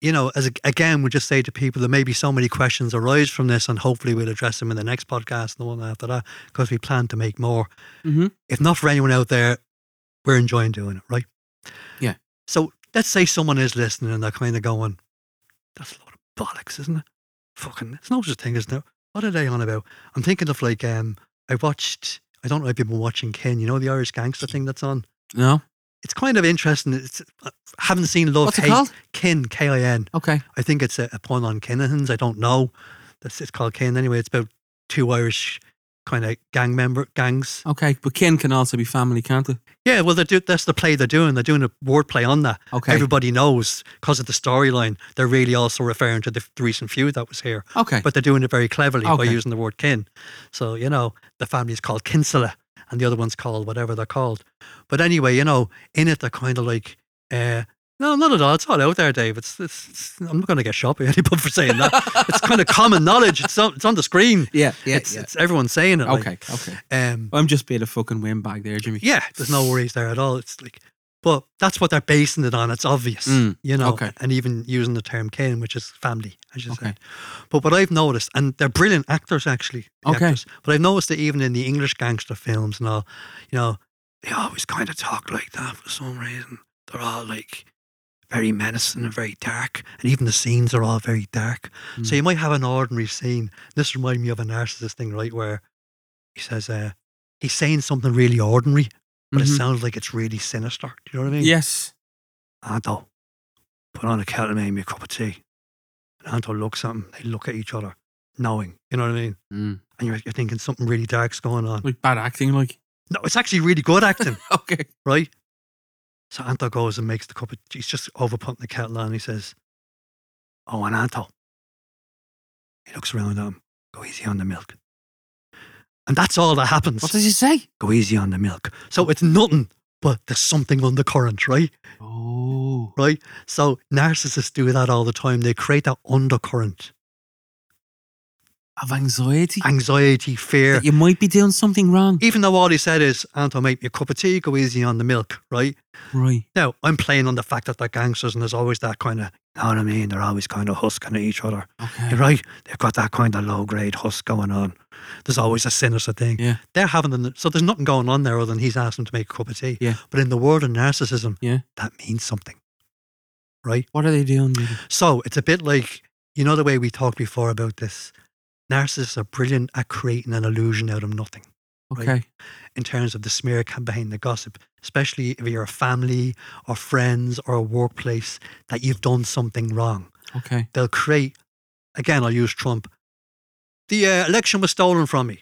Speaker 2: you know, as a, again, we just say to people that maybe so many questions arise from this, and hopefully we'll address them in the next podcast and the one after that, because we plan to make more.
Speaker 1: Mhm.
Speaker 2: If not for anyone out there, we're enjoying doing it, right?
Speaker 1: Yeah.
Speaker 2: So let's say someone is listening and they're kind of going, that's a lot of bollocks, isn't it? Fucking, it's no such thing, isn't it? What are they on about? I'm thinking of like, um, I watched, I don't know if you've been watching Ken, you know, the Irish gangster thing that's on?
Speaker 1: No,
Speaker 2: It's kind of interesting. It's, I haven't seen Love,
Speaker 1: what's it
Speaker 2: Hate,
Speaker 1: called?
Speaker 2: Kin, K I N.
Speaker 1: Okay,
Speaker 2: I think it's a, a pun on Kinahans. I don't know. That's it's called Kin anyway. It's about two Irish kind of gang member gangs.
Speaker 1: okay, but kin can also be family, can't it?
Speaker 2: Yeah, well, they're do, that's the play they're doing. They're doing a wordplay on that.
Speaker 1: Okay,
Speaker 2: Everybody knows because of the storyline. They're really also referring to the, the recent feud that was here,
Speaker 1: okay,
Speaker 2: but they're doing it very cleverly by
Speaker 1: Okay.
Speaker 2: using the word kin. So you know, the family's called Kinsella, and the other one's called whatever they're called. But anyway, you know, in it they're kind of like. Uh, no, not at all. It's all out there, Dave. It's, it's, it's I'm not going to get shot by anybody for saying that. it's kind of common knowledge. It's on, it's on the screen.
Speaker 1: yeah, yeah,
Speaker 2: it's,
Speaker 1: yeah.
Speaker 2: it's everyone saying it. like,
Speaker 1: okay, okay.
Speaker 2: um,
Speaker 1: I'm just being a fucking windbag there, Jimmy.
Speaker 2: yeah, there's no worries there at all. It's like, but that's what they're basing it on. It's obvious,
Speaker 1: Mm,
Speaker 2: you know,
Speaker 1: okay.
Speaker 2: and even using the term kin, which is family, as you
Speaker 1: Okay.
Speaker 2: said. But what I've noticed, and they're brilliant actors actually, the
Speaker 1: Okay.
Speaker 2: actors, but I've noticed that even in the English gangster films and all, you know, they always kind of talk like that for some reason. They're all like very menacing and very dark, and even the scenes are all very dark. So
Speaker 1: Mm.
Speaker 2: you might have an ordinary scene. This reminded me of a narcissist thing, right, where he says, uh, he's saying something really ordinary, but
Speaker 1: Mhm.
Speaker 2: it sounds like it's really sinister. Do you know what I mean?
Speaker 1: Yes.
Speaker 2: Anto, put on a kettle and make me a cup of tea. And Anto looks at him. They look at each other, knowing. You know what I mean?
Speaker 1: Mm.
Speaker 2: And you're, you're thinking something really dark's going on.
Speaker 1: Like bad acting, like.
Speaker 2: No, it's actually really good acting,
Speaker 1: Okay.
Speaker 2: right? So Anto goes and makes the cup of. He's just over putting the kettle on. He says, "Oh, and Anto." He looks around at him. Go easy on the milk. And that's all that happens.
Speaker 1: What does he say?
Speaker 2: Go easy on the milk. So it's nothing, but there's something undercurrent, right?
Speaker 1: Oh.
Speaker 2: right? So narcissists do that all the time. They create that undercurrent,
Speaker 1: Of anxiety.
Speaker 2: anxiety, fear.
Speaker 1: That you might be doing something wrong.
Speaker 2: Even though all he said is, Anto, make me a cup of tea, go easy on the milk, right?
Speaker 1: Right.
Speaker 2: Now, I'm playing on the fact that they're gangsters and there's always that kind of, you know what I mean? They're always kind of husking at each other,
Speaker 1: Okay.
Speaker 2: You're right? They've got that kind of low grade husk going on. There's always a sinister thing.
Speaker 1: Yeah.
Speaker 2: They're having, the, so there's nothing going on there other than he's asked him to make a cup of tea.
Speaker 1: Yeah.
Speaker 2: But in the world of narcissism,
Speaker 1: Yeah.
Speaker 2: that means something, right?
Speaker 1: What are they doing? Jimmy?
Speaker 2: So it's a bit like, you know, the way we talked before about this. Narcissists are brilliant at creating an illusion out of nothing
Speaker 1: Okay.
Speaker 2: Right. in terms of the smear campaign, the gossip, especially if you're a family or friends or a workplace that you've done something wrong.
Speaker 1: Okay.
Speaker 2: They'll create, again, I'll use Trump. The uh, election was stolen from me.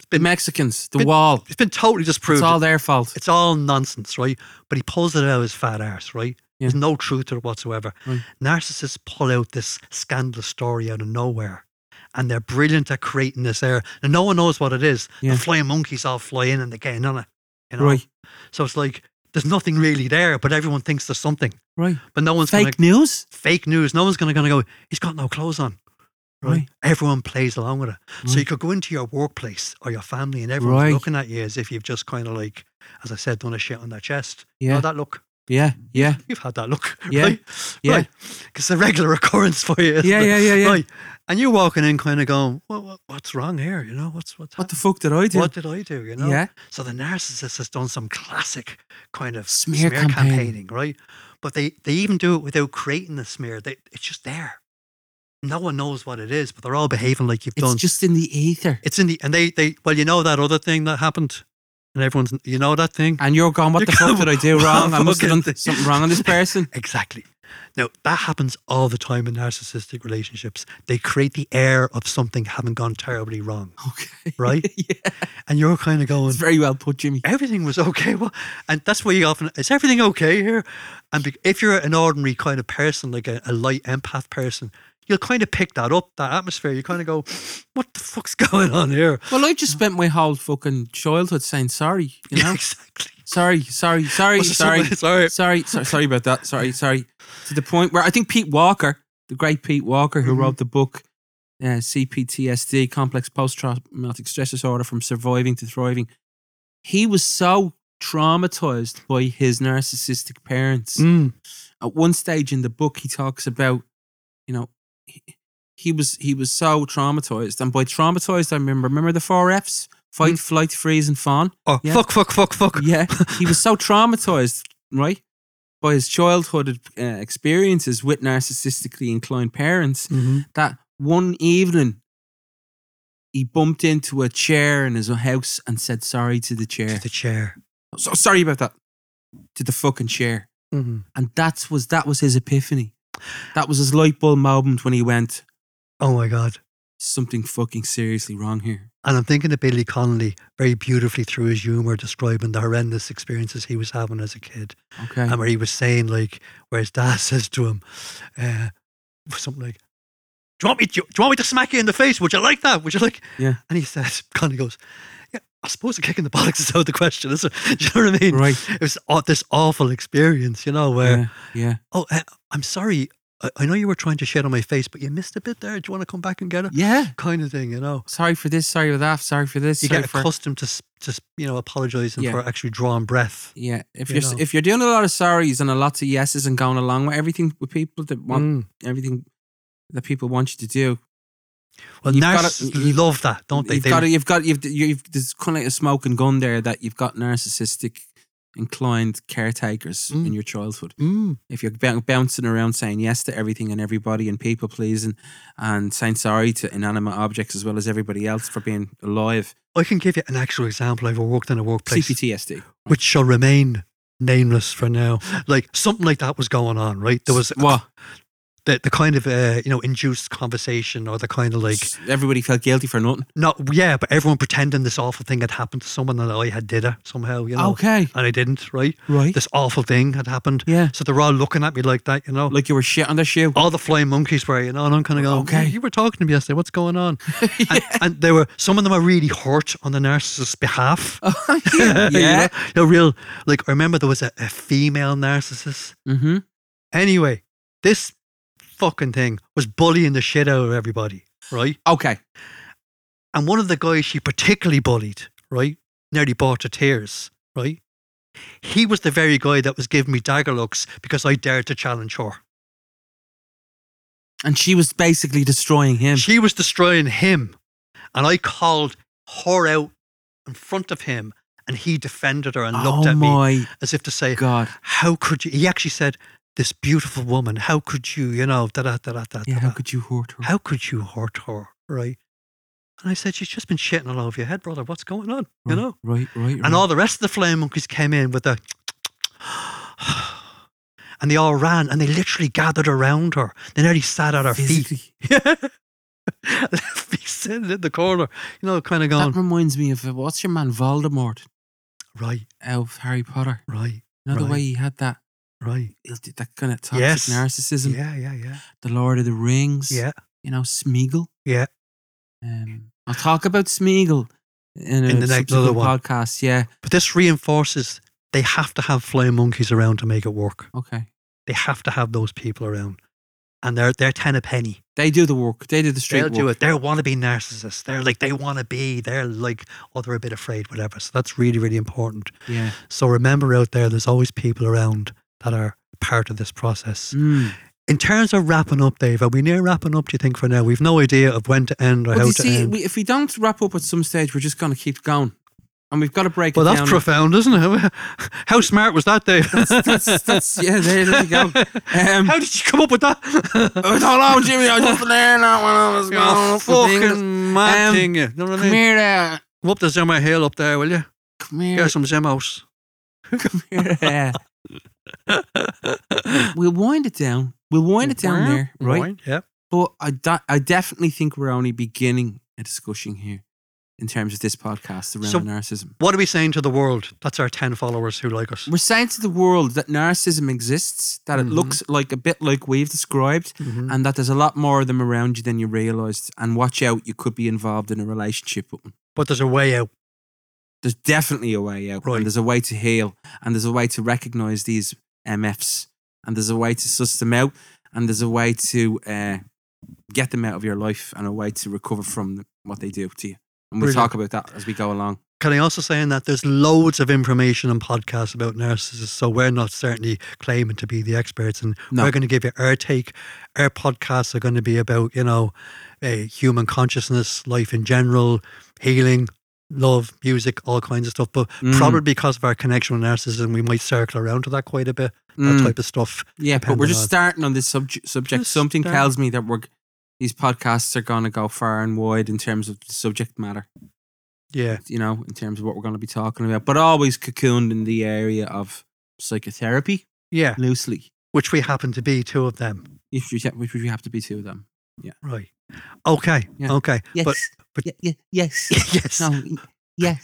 Speaker 1: The
Speaker 2: Been-
Speaker 1: Mexicans, the
Speaker 2: been-
Speaker 1: wall.
Speaker 2: It's been totally
Speaker 1: It's
Speaker 2: disproved.
Speaker 1: all their fault.
Speaker 2: It's all nonsense, right? But he pulls it out of his fat arse, right?
Speaker 1: Yeah.
Speaker 2: There's no truth to it whatsoever.
Speaker 1: Right.
Speaker 2: Narcissists pull out this scandalous story out of nowhere. And they're brilliant at creating this air. And no one knows what it is.
Speaker 1: Yeah.
Speaker 2: The flying monkeys all fly in and they get in on it. You know?
Speaker 1: Right.
Speaker 2: So it's like there's nothing really there, but everyone thinks there's something.
Speaker 1: Right.
Speaker 2: But no one's
Speaker 1: Fake
Speaker 2: gonna
Speaker 1: news.
Speaker 2: fake news. No one's gonna gonna go, he's got no clothes on.
Speaker 1: Right.
Speaker 2: Everyone plays along with it. So
Speaker 1: Right.
Speaker 2: you could go into your workplace or your family and everyone's
Speaker 1: Right.
Speaker 2: looking at you as if you've just kind of like, as I said, done a shit on their chest. You
Speaker 1: Yeah.
Speaker 2: know that look?
Speaker 1: Yeah. Yeah.
Speaker 2: You've had that look,
Speaker 1: Yeah.
Speaker 2: right?
Speaker 1: Yeah.
Speaker 2: Right. It's a regular occurrence for you. isn't
Speaker 1: Yeah.
Speaker 2: it?
Speaker 1: Yeah. Yeah. Yeah.
Speaker 2: Right. And you're walking in kind of going, what, what, what's wrong here? You know, what's, what's
Speaker 1: What the fuck did I do?
Speaker 2: what did I do? You know?
Speaker 1: Yeah.
Speaker 2: So the narcissist has done some classic kind of
Speaker 1: Smear
Speaker 2: smear,
Speaker 1: campaign.
Speaker 2: campaigning, right? But they, they even do it without creating the smear. They, it's just there. No one knows what it is, but they're all behaving like you've
Speaker 1: It's
Speaker 2: done.
Speaker 1: just in the ether.
Speaker 2: It's in the and they they well you know that other thing that happened and everyone's you know that thing
Speaker 1: And you're going, what
Speaker 2: You
Speaker 1: the fuck
Speaker 2: can't-
Speaker 1: did I do wrong? I must have
Speaker 2: Fucking
Speaker 1: done
Speaker 2: thing.
Speaker 1: something wrong on this person.
Speaker 2: exactly. Now that happens all the time in narcissistic relationships. They create the air of something having gone terribly wrong,
Speaker 1: Okay.
Speaker 2: right?
Speaker 1: yeah.
Speaker 2: and you're kind of going,
Speaker 1: It's very well put, Jimmy.
Speaker 2: everything was okay. Well, and that's where you often is everything okay here? And be, if you're an ordinary kind of person, like a, a light empath person, you'll kind of pick that up, that atmosphere. You kind of go, what the fuck's going on here?
Speaker 1: Well, I just spent my whole fucking childhood saying sorry, you know?
Speaker 2: exactly.
Speaker 1: sorry, sorry, sorry,
Speaker 2: Was there
Speaker 1: sorry,
Speaker 2: somebody- sorry.
Speaker 1: sorry, sorry, sorry about that. Sorry, sorry. To the point where I think Pete Walker, the great Pete Walker, who
Speaker 2: Mhm.
Speaker 1: wrote the book uh, CPTSD, Complex Post Traumatic Stress Disorder from Surviving to Thriving, he was so traumatized by his narcissistic parents
Speaker 2: Mm,
Speaker 1: at one stage in the book he talks about you know he, he was he was so traumatized and by traumatized i remember remember the four f's fight
Speaker 2: Mm.
Speaker 1: flight freeze and fawn
Speaker 2: or
Speaker 1: Yeah.
Speaker 2: Oh, fuck, fuck, fuck, fuck.
Speaker 1: yeah he was so traumatized right by his childhood uh, experiences with narcissistically inclined parents
Speaker 2: Mhm.
Speaker 1: that one evening he bumped into a chair in his house and said sorry to the
Speaker 2: To
Speaker 1: chair
Speaker 2: the chair.
Speaker 1: so sorry about that to the fucking chair
Speaker 2: Mhm.
Speaker 1: and that's was that was his epiphany. That was his light bulb moment when he went
Speaker 2: Oh my God.
Speaker 1: something fucking seriously wrong here.
Speaker 2: And I'm thinking of Billy Connolly very beautifully through his humour describing the horrendous experiences he was having as a kid.
Speaker 1: Okay,
Speaker 2: And uh, where he was saying, like, where his dad says to him, uh, something like, do you, want me to, do you want me to smack you in the face? Would you like that? Would you like?
Speaker 1: Yeah.
Speaker 2: And he says, Connolly goes, yeah, I suppose the kick in the bollocks is out of the question, is it? Do you know what I mean?
Speaker 1: right.
Speaker 2: It was aw- this awful experience, you know, where,
Speaker 1: Yeah, yeah,
Speaker 2: oh, uh, I'm sorry. I, I know you were trying to shit on my face, but you missed a bit there. Do you want to come back and get it?
Speaker 1: yeah.
Speaker 2: Kind of thing, you know
Speaker 1: Sorry for this. Sorry for that. Sorry for this.
Speaker 2: you
Speaker 1: sorry
Speaker 2: get
Speaker 1: for
Speaker 2: accustomed to s- to s- you know apologizing
Speaker 1: Yeah.
Speaker 2: for actually drawing breath.
Speaker 1: yeah. If
Speaker 2: you
Speaker 1: you are
Speaker 2: know.
Speaker 1: if you're doing a lot of sorries and a lot of yeses and going along with everything with people that want
Speaker 2: Mm.
Speaker 1: everything that people want you to do,
Speaker 2: Well,
Speaker 1: You've gotta-
Speaker 2: narcissists love that, don't they?
Speaker 1: you've
Speaker 2: They-
Speaker 1: got to, you've got you've you've there's kind of like a smoke and gun there that you've got narcissistic inclined caretakers
Speaker 2: Mm.
Speaker 1: in your childhood.
Speaker 2: Mm.
Speaker 1: if you're bou- bouncing around saying yes to everything and everybody and people pleasing and saying sorry to inanimate objects as well as everybody else for being alive,
Speaker 2: I can give you an actual example. I've worked in a workplace
Speaker 1: CPTSD.
Speaker 2: which shall remain nameless for now. Like something like that was going on, right? There was a-
Speaker 1: what
Speaker 2: the, the kind of uh, you know induced conversation or the kind of like
Speaker 1: like everybody felt guilty for nothing.
Speaker 2: not yeah, but everyone pretending this awful thing had happened to someone and I had did it somehow, you know,
Speaker 1: Okay,
Speaker 2: and I didn't, right?
Speaker 1: right,
Speaker 2: This awful thing had happened.
Speaker 1: yeah,
Speaker 2: So they're all looking at me like that, you know.
Speaker 1: like you were shit on their shoe.
Speaker 2: all the flying monkeys were, you know, and I'm kind of going,
Speaker 1: Okay.
Speaker 2: okay, you were talking to me yesterday. What's going on? and, and they were, some of them are really hurt on the narcissist's behalf.
Speaker 1: yeah,
Speaker 2: you know? They're real, like, I remember there was a, a female narcissist.
Speaker 1: mm-hmm.
Speaker 2: Anyway, this fucking thing was bullying the shit out of everybody, right?
Speaker 1: Okay,
Speaker 2: And one of the guys she particularly bullied, right? Nearly brought to tears, right? He was the very guy that was giving me dagger looks because I dared to challenge her.
Speaker 1: and she was basically destroying him.
Speaker 2: She was destroying him. And I called her out in front of him. And he defended her and looked
Speaker 1: oh
Speaker 2: at me
Speaker 1: my
Speaker 2: as if to say,
Speaker 1: god!
Speaker 2: How could you? He actually said, This beautiful woman, how could you, you know, da da da da da.
Speaker 1: Yeah,
Speaker 2: da.
Speaker 1: how could you hurt her?
Speaker 2: uh, How could you hurt her? Right. And I said, She's just been shitting all over your head, brother. What's going on?
Speaker 1: Right,
Speaker 2: You know?
Speaker 1: right, right, right.
Speaker 2: And all the rest of the flame monkeys came in with the. And they all ran and they literally gathered around her. They nearly sat at her feet.
Speaker 1: Physically.
Speaker 2: left me sitting in the corner, you know, kind of
Speaker 1: That
Speaker 2: going,
Speaker 1: reminds me of uh, what's your man Voldemort
Speaker 2: right,
Speaker 1: out of Harry Potter.
Speaker 2: right,
Speaker 1: You know the
Speaker 2: Right.
Speaker 1: way he had that
Speaker 2: right.
Speaker 1: guilty- that kind of toxic
Speaker 2: Yes.
Speaker 1: narcissism.
Speaker 2: Yeah, yeah, yeah.
Speaker 1: The Lord of the Rings.
Speaker 2: Yeah,
Speaker 1: You know, Smeagol.
Speaker 2: yeah.
Speaker 1: Um, I'll talk about Smeagol in, a
Speaker 2: In the next
Speaker 1: subsequent
Speaker 2: other one.
Speaker 1: podcast. Yeah.
Speaker 2: But this reinforces they have to have flying monkeys around to make it work.
Speaker 1: Okay.
Speaker 2: They have to have those people around. And they're, they're ten a penny.
Speaker 1: They do the work. They do the straight
Speaker 2: They'll
Speaker 1: work.
Speaker 2: do it. They're wannabe narcissists. They're like, they want to be. They're like, oh, they're a bit afraid, whatever. So that's really, really important.
Speaker 1: Yeah.
Speaker 2: So remember out there, there's always people around that are part of this process.
Speaker 1: Mm.
Speaker 2: In terms of wrapping up, Dave, are we near wrapping up? Do you think for now? We've no idea of when to end or
Speaker 1: But
Speaker 2: how
Speaker 1: you
Speaker 2: to
Speaker 1: see,
Speaker 2: end.
Speaker 1: we, if we don't wrap up at some stage, we're just going to keep going, and we've got to break
Speaker 2: well,
Speaker 1: it
Speaker 2: that's
Speaker 1: down.
Speaker 2: profound, isn't it? How smart was that, Dave?
Speaker 1: that's, that's yeah. There, there you go. Um, Oh,
Speaker 2: how did you come up with that?
Speaker 1: I don't know, Jimmy. I just learned that when I was
Speaker 2: You're
Speaker 1: going
Speaker 2: a
Speaker 1: up the thing.
Speaker 2: fucking mad
Speaker 1: Um,
Speaker 2: thing. You know what I
Speaker 1: Come
Speaker 2: mean?
Speaker 1: here, there.
Speaker 2: Come up the Zimmer Hill up there, will you?
Speaker 1: Come here.
Speaker 2: Get some Zimmos.
Speaker 1: Yeah. we'll wind it down. We'll wind it down there, right?
Speaker 2: Yeah.
Speaker 1: But I, de- I definitely think we're only beginning a discussion here. in terms of this podcast, the realm
Speaker 2: So-
Speaker 1: of narcissism.
Speaker 2: What are we saying to the world? That's our 10 followers who like us.
Speaker 1: We're saying to the world that narcissism exists, that it
Speaker 2: Mhm.
Speaker 1: looks like a bit like we've described,
Speaker 2: Mhm.
Speaker 1: and that there's a lot more of them around you than you realised. And watch out, you could be involved in a relationship with them.
Speaker 2: But there's a way out.
Speaker 1: There's definitely a way out,
Speaker 2: Right.
Speaker 1: and there's a way to heal, and there's a way to recognise these MFs, and there's a way to suss them out, and there's a way to uh, get them out of your life, and a way to recover from what they do to you. And we'll talk
Speaker 2: Brilliant.
Speaker 1: about that as we go along.
Speaker 2: Can I also say in that there's loads of information and podcasts about narcissists, so we're not certainly claiming to be the experts, and
Speaker 1: No.
Speaker 2: we're going to give you our take. Our podcasts are going to be about you know, uh, human consciousness, life in general, healing, love, music, all kinds of stuff. But
Speaker 1: Mm.
Speaker 2: probably because of our connection with narcissism, we might circle around to that quite a bit. That
Speaker 1: Mm.
Speaker 2: type of stuff.
Speaker 1: Yeah, but we're
Speaker 2: depending
Speaker 1: just
Speaker 2: on-
Speaker 1: starting on this subj- subject.
Speaker 2: Just
Speaker 1: Something
Speaker 2: start.
Speaker 1: tells me that we're g- these podcasts are going to go far and wide in terms of the subject matter.
Speaker 2: Yeah,
Speaker 1: You know, in terms of what we're going to be talking about, but always cocooned in the area of psychotherapy
Speaker 2: yeah.
Speaker 1: loosely,
Speaker 2: Which we happen to be two of them,
Speaker 1: if you which we have to be two of them.
Speaker 2: right? Okay,
Speaker 1: Yeah.
Speaker 2: okay.
Speaker 1: Yes.
Speaker 2: But- but-
Speaker 1: yeah, yeah, yes.
Speaker 2: yes.
Speaker 1: no. y- Yes.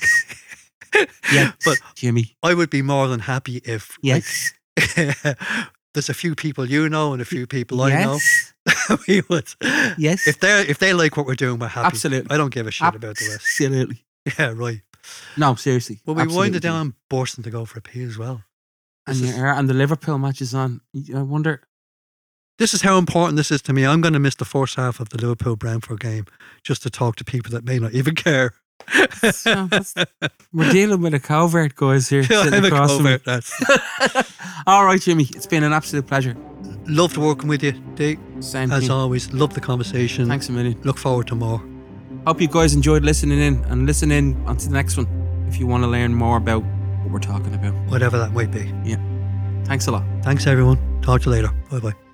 Speaker 1: yes.
Speaker 2: But-
Speaker 1: Jimmy.
Speaker 2: I would be more than happy if like,
Speaker 1: Yes.
Speaker 2: there's a few people you know and a few people I
Speaker 1: yes.
Speaker 2: know. we would.
Speaker 1: Yes.
Speaker 2: If they if they like what we're doing, we're happy.
Speaker 1: Absolutely.
Speaker 2: I don't give a shit about the rest.
Speaker 1: Absolutely.
Speaker 2: Yeah, right.
Speaker 1: No, seriously.
Speaker 2: Well, we wind
Speaker 1: Absolutely.
Speaker 2: it down, bursting to go for a pee as well.
Speaker 1: and
Speaker 2: This
Speaker 1: you
Speaker 2: is-
Speaker 1: are, and the Liverpool match is on. I wonder.
Speaker 2: This is how important this is to me. I'm going to miss the first half of the Liverpool Brentford game just to talk to people that may not even care.
Speaker 1: So that's- we're dealing with a covert, guys, here. sitting
Speaker 2: I'm a
Speaker 1: across from me.
Speaker 2: covert. That's
Speaker 1: All right, Jimmy. It's been an absolute pleasure.
Speaker 2: loved working with you, Dick.
Speaker 1: Same
Speaker 2: As
Speaker 1: thing.
Speaker 2: always, love the conversation.
Speaker 1: Thanks a million.
Speaker 2: Look forward to more.
Speaker 1: Hope you guys enjoyed listening in and listen in onto the next one if you want to learn more about what we're talking about.
Speaker 2: whatever that might be.
Speaker 1: Thanks a lot.
Speaker 2: Thanks, everyone. Talk to you later. Bye bye.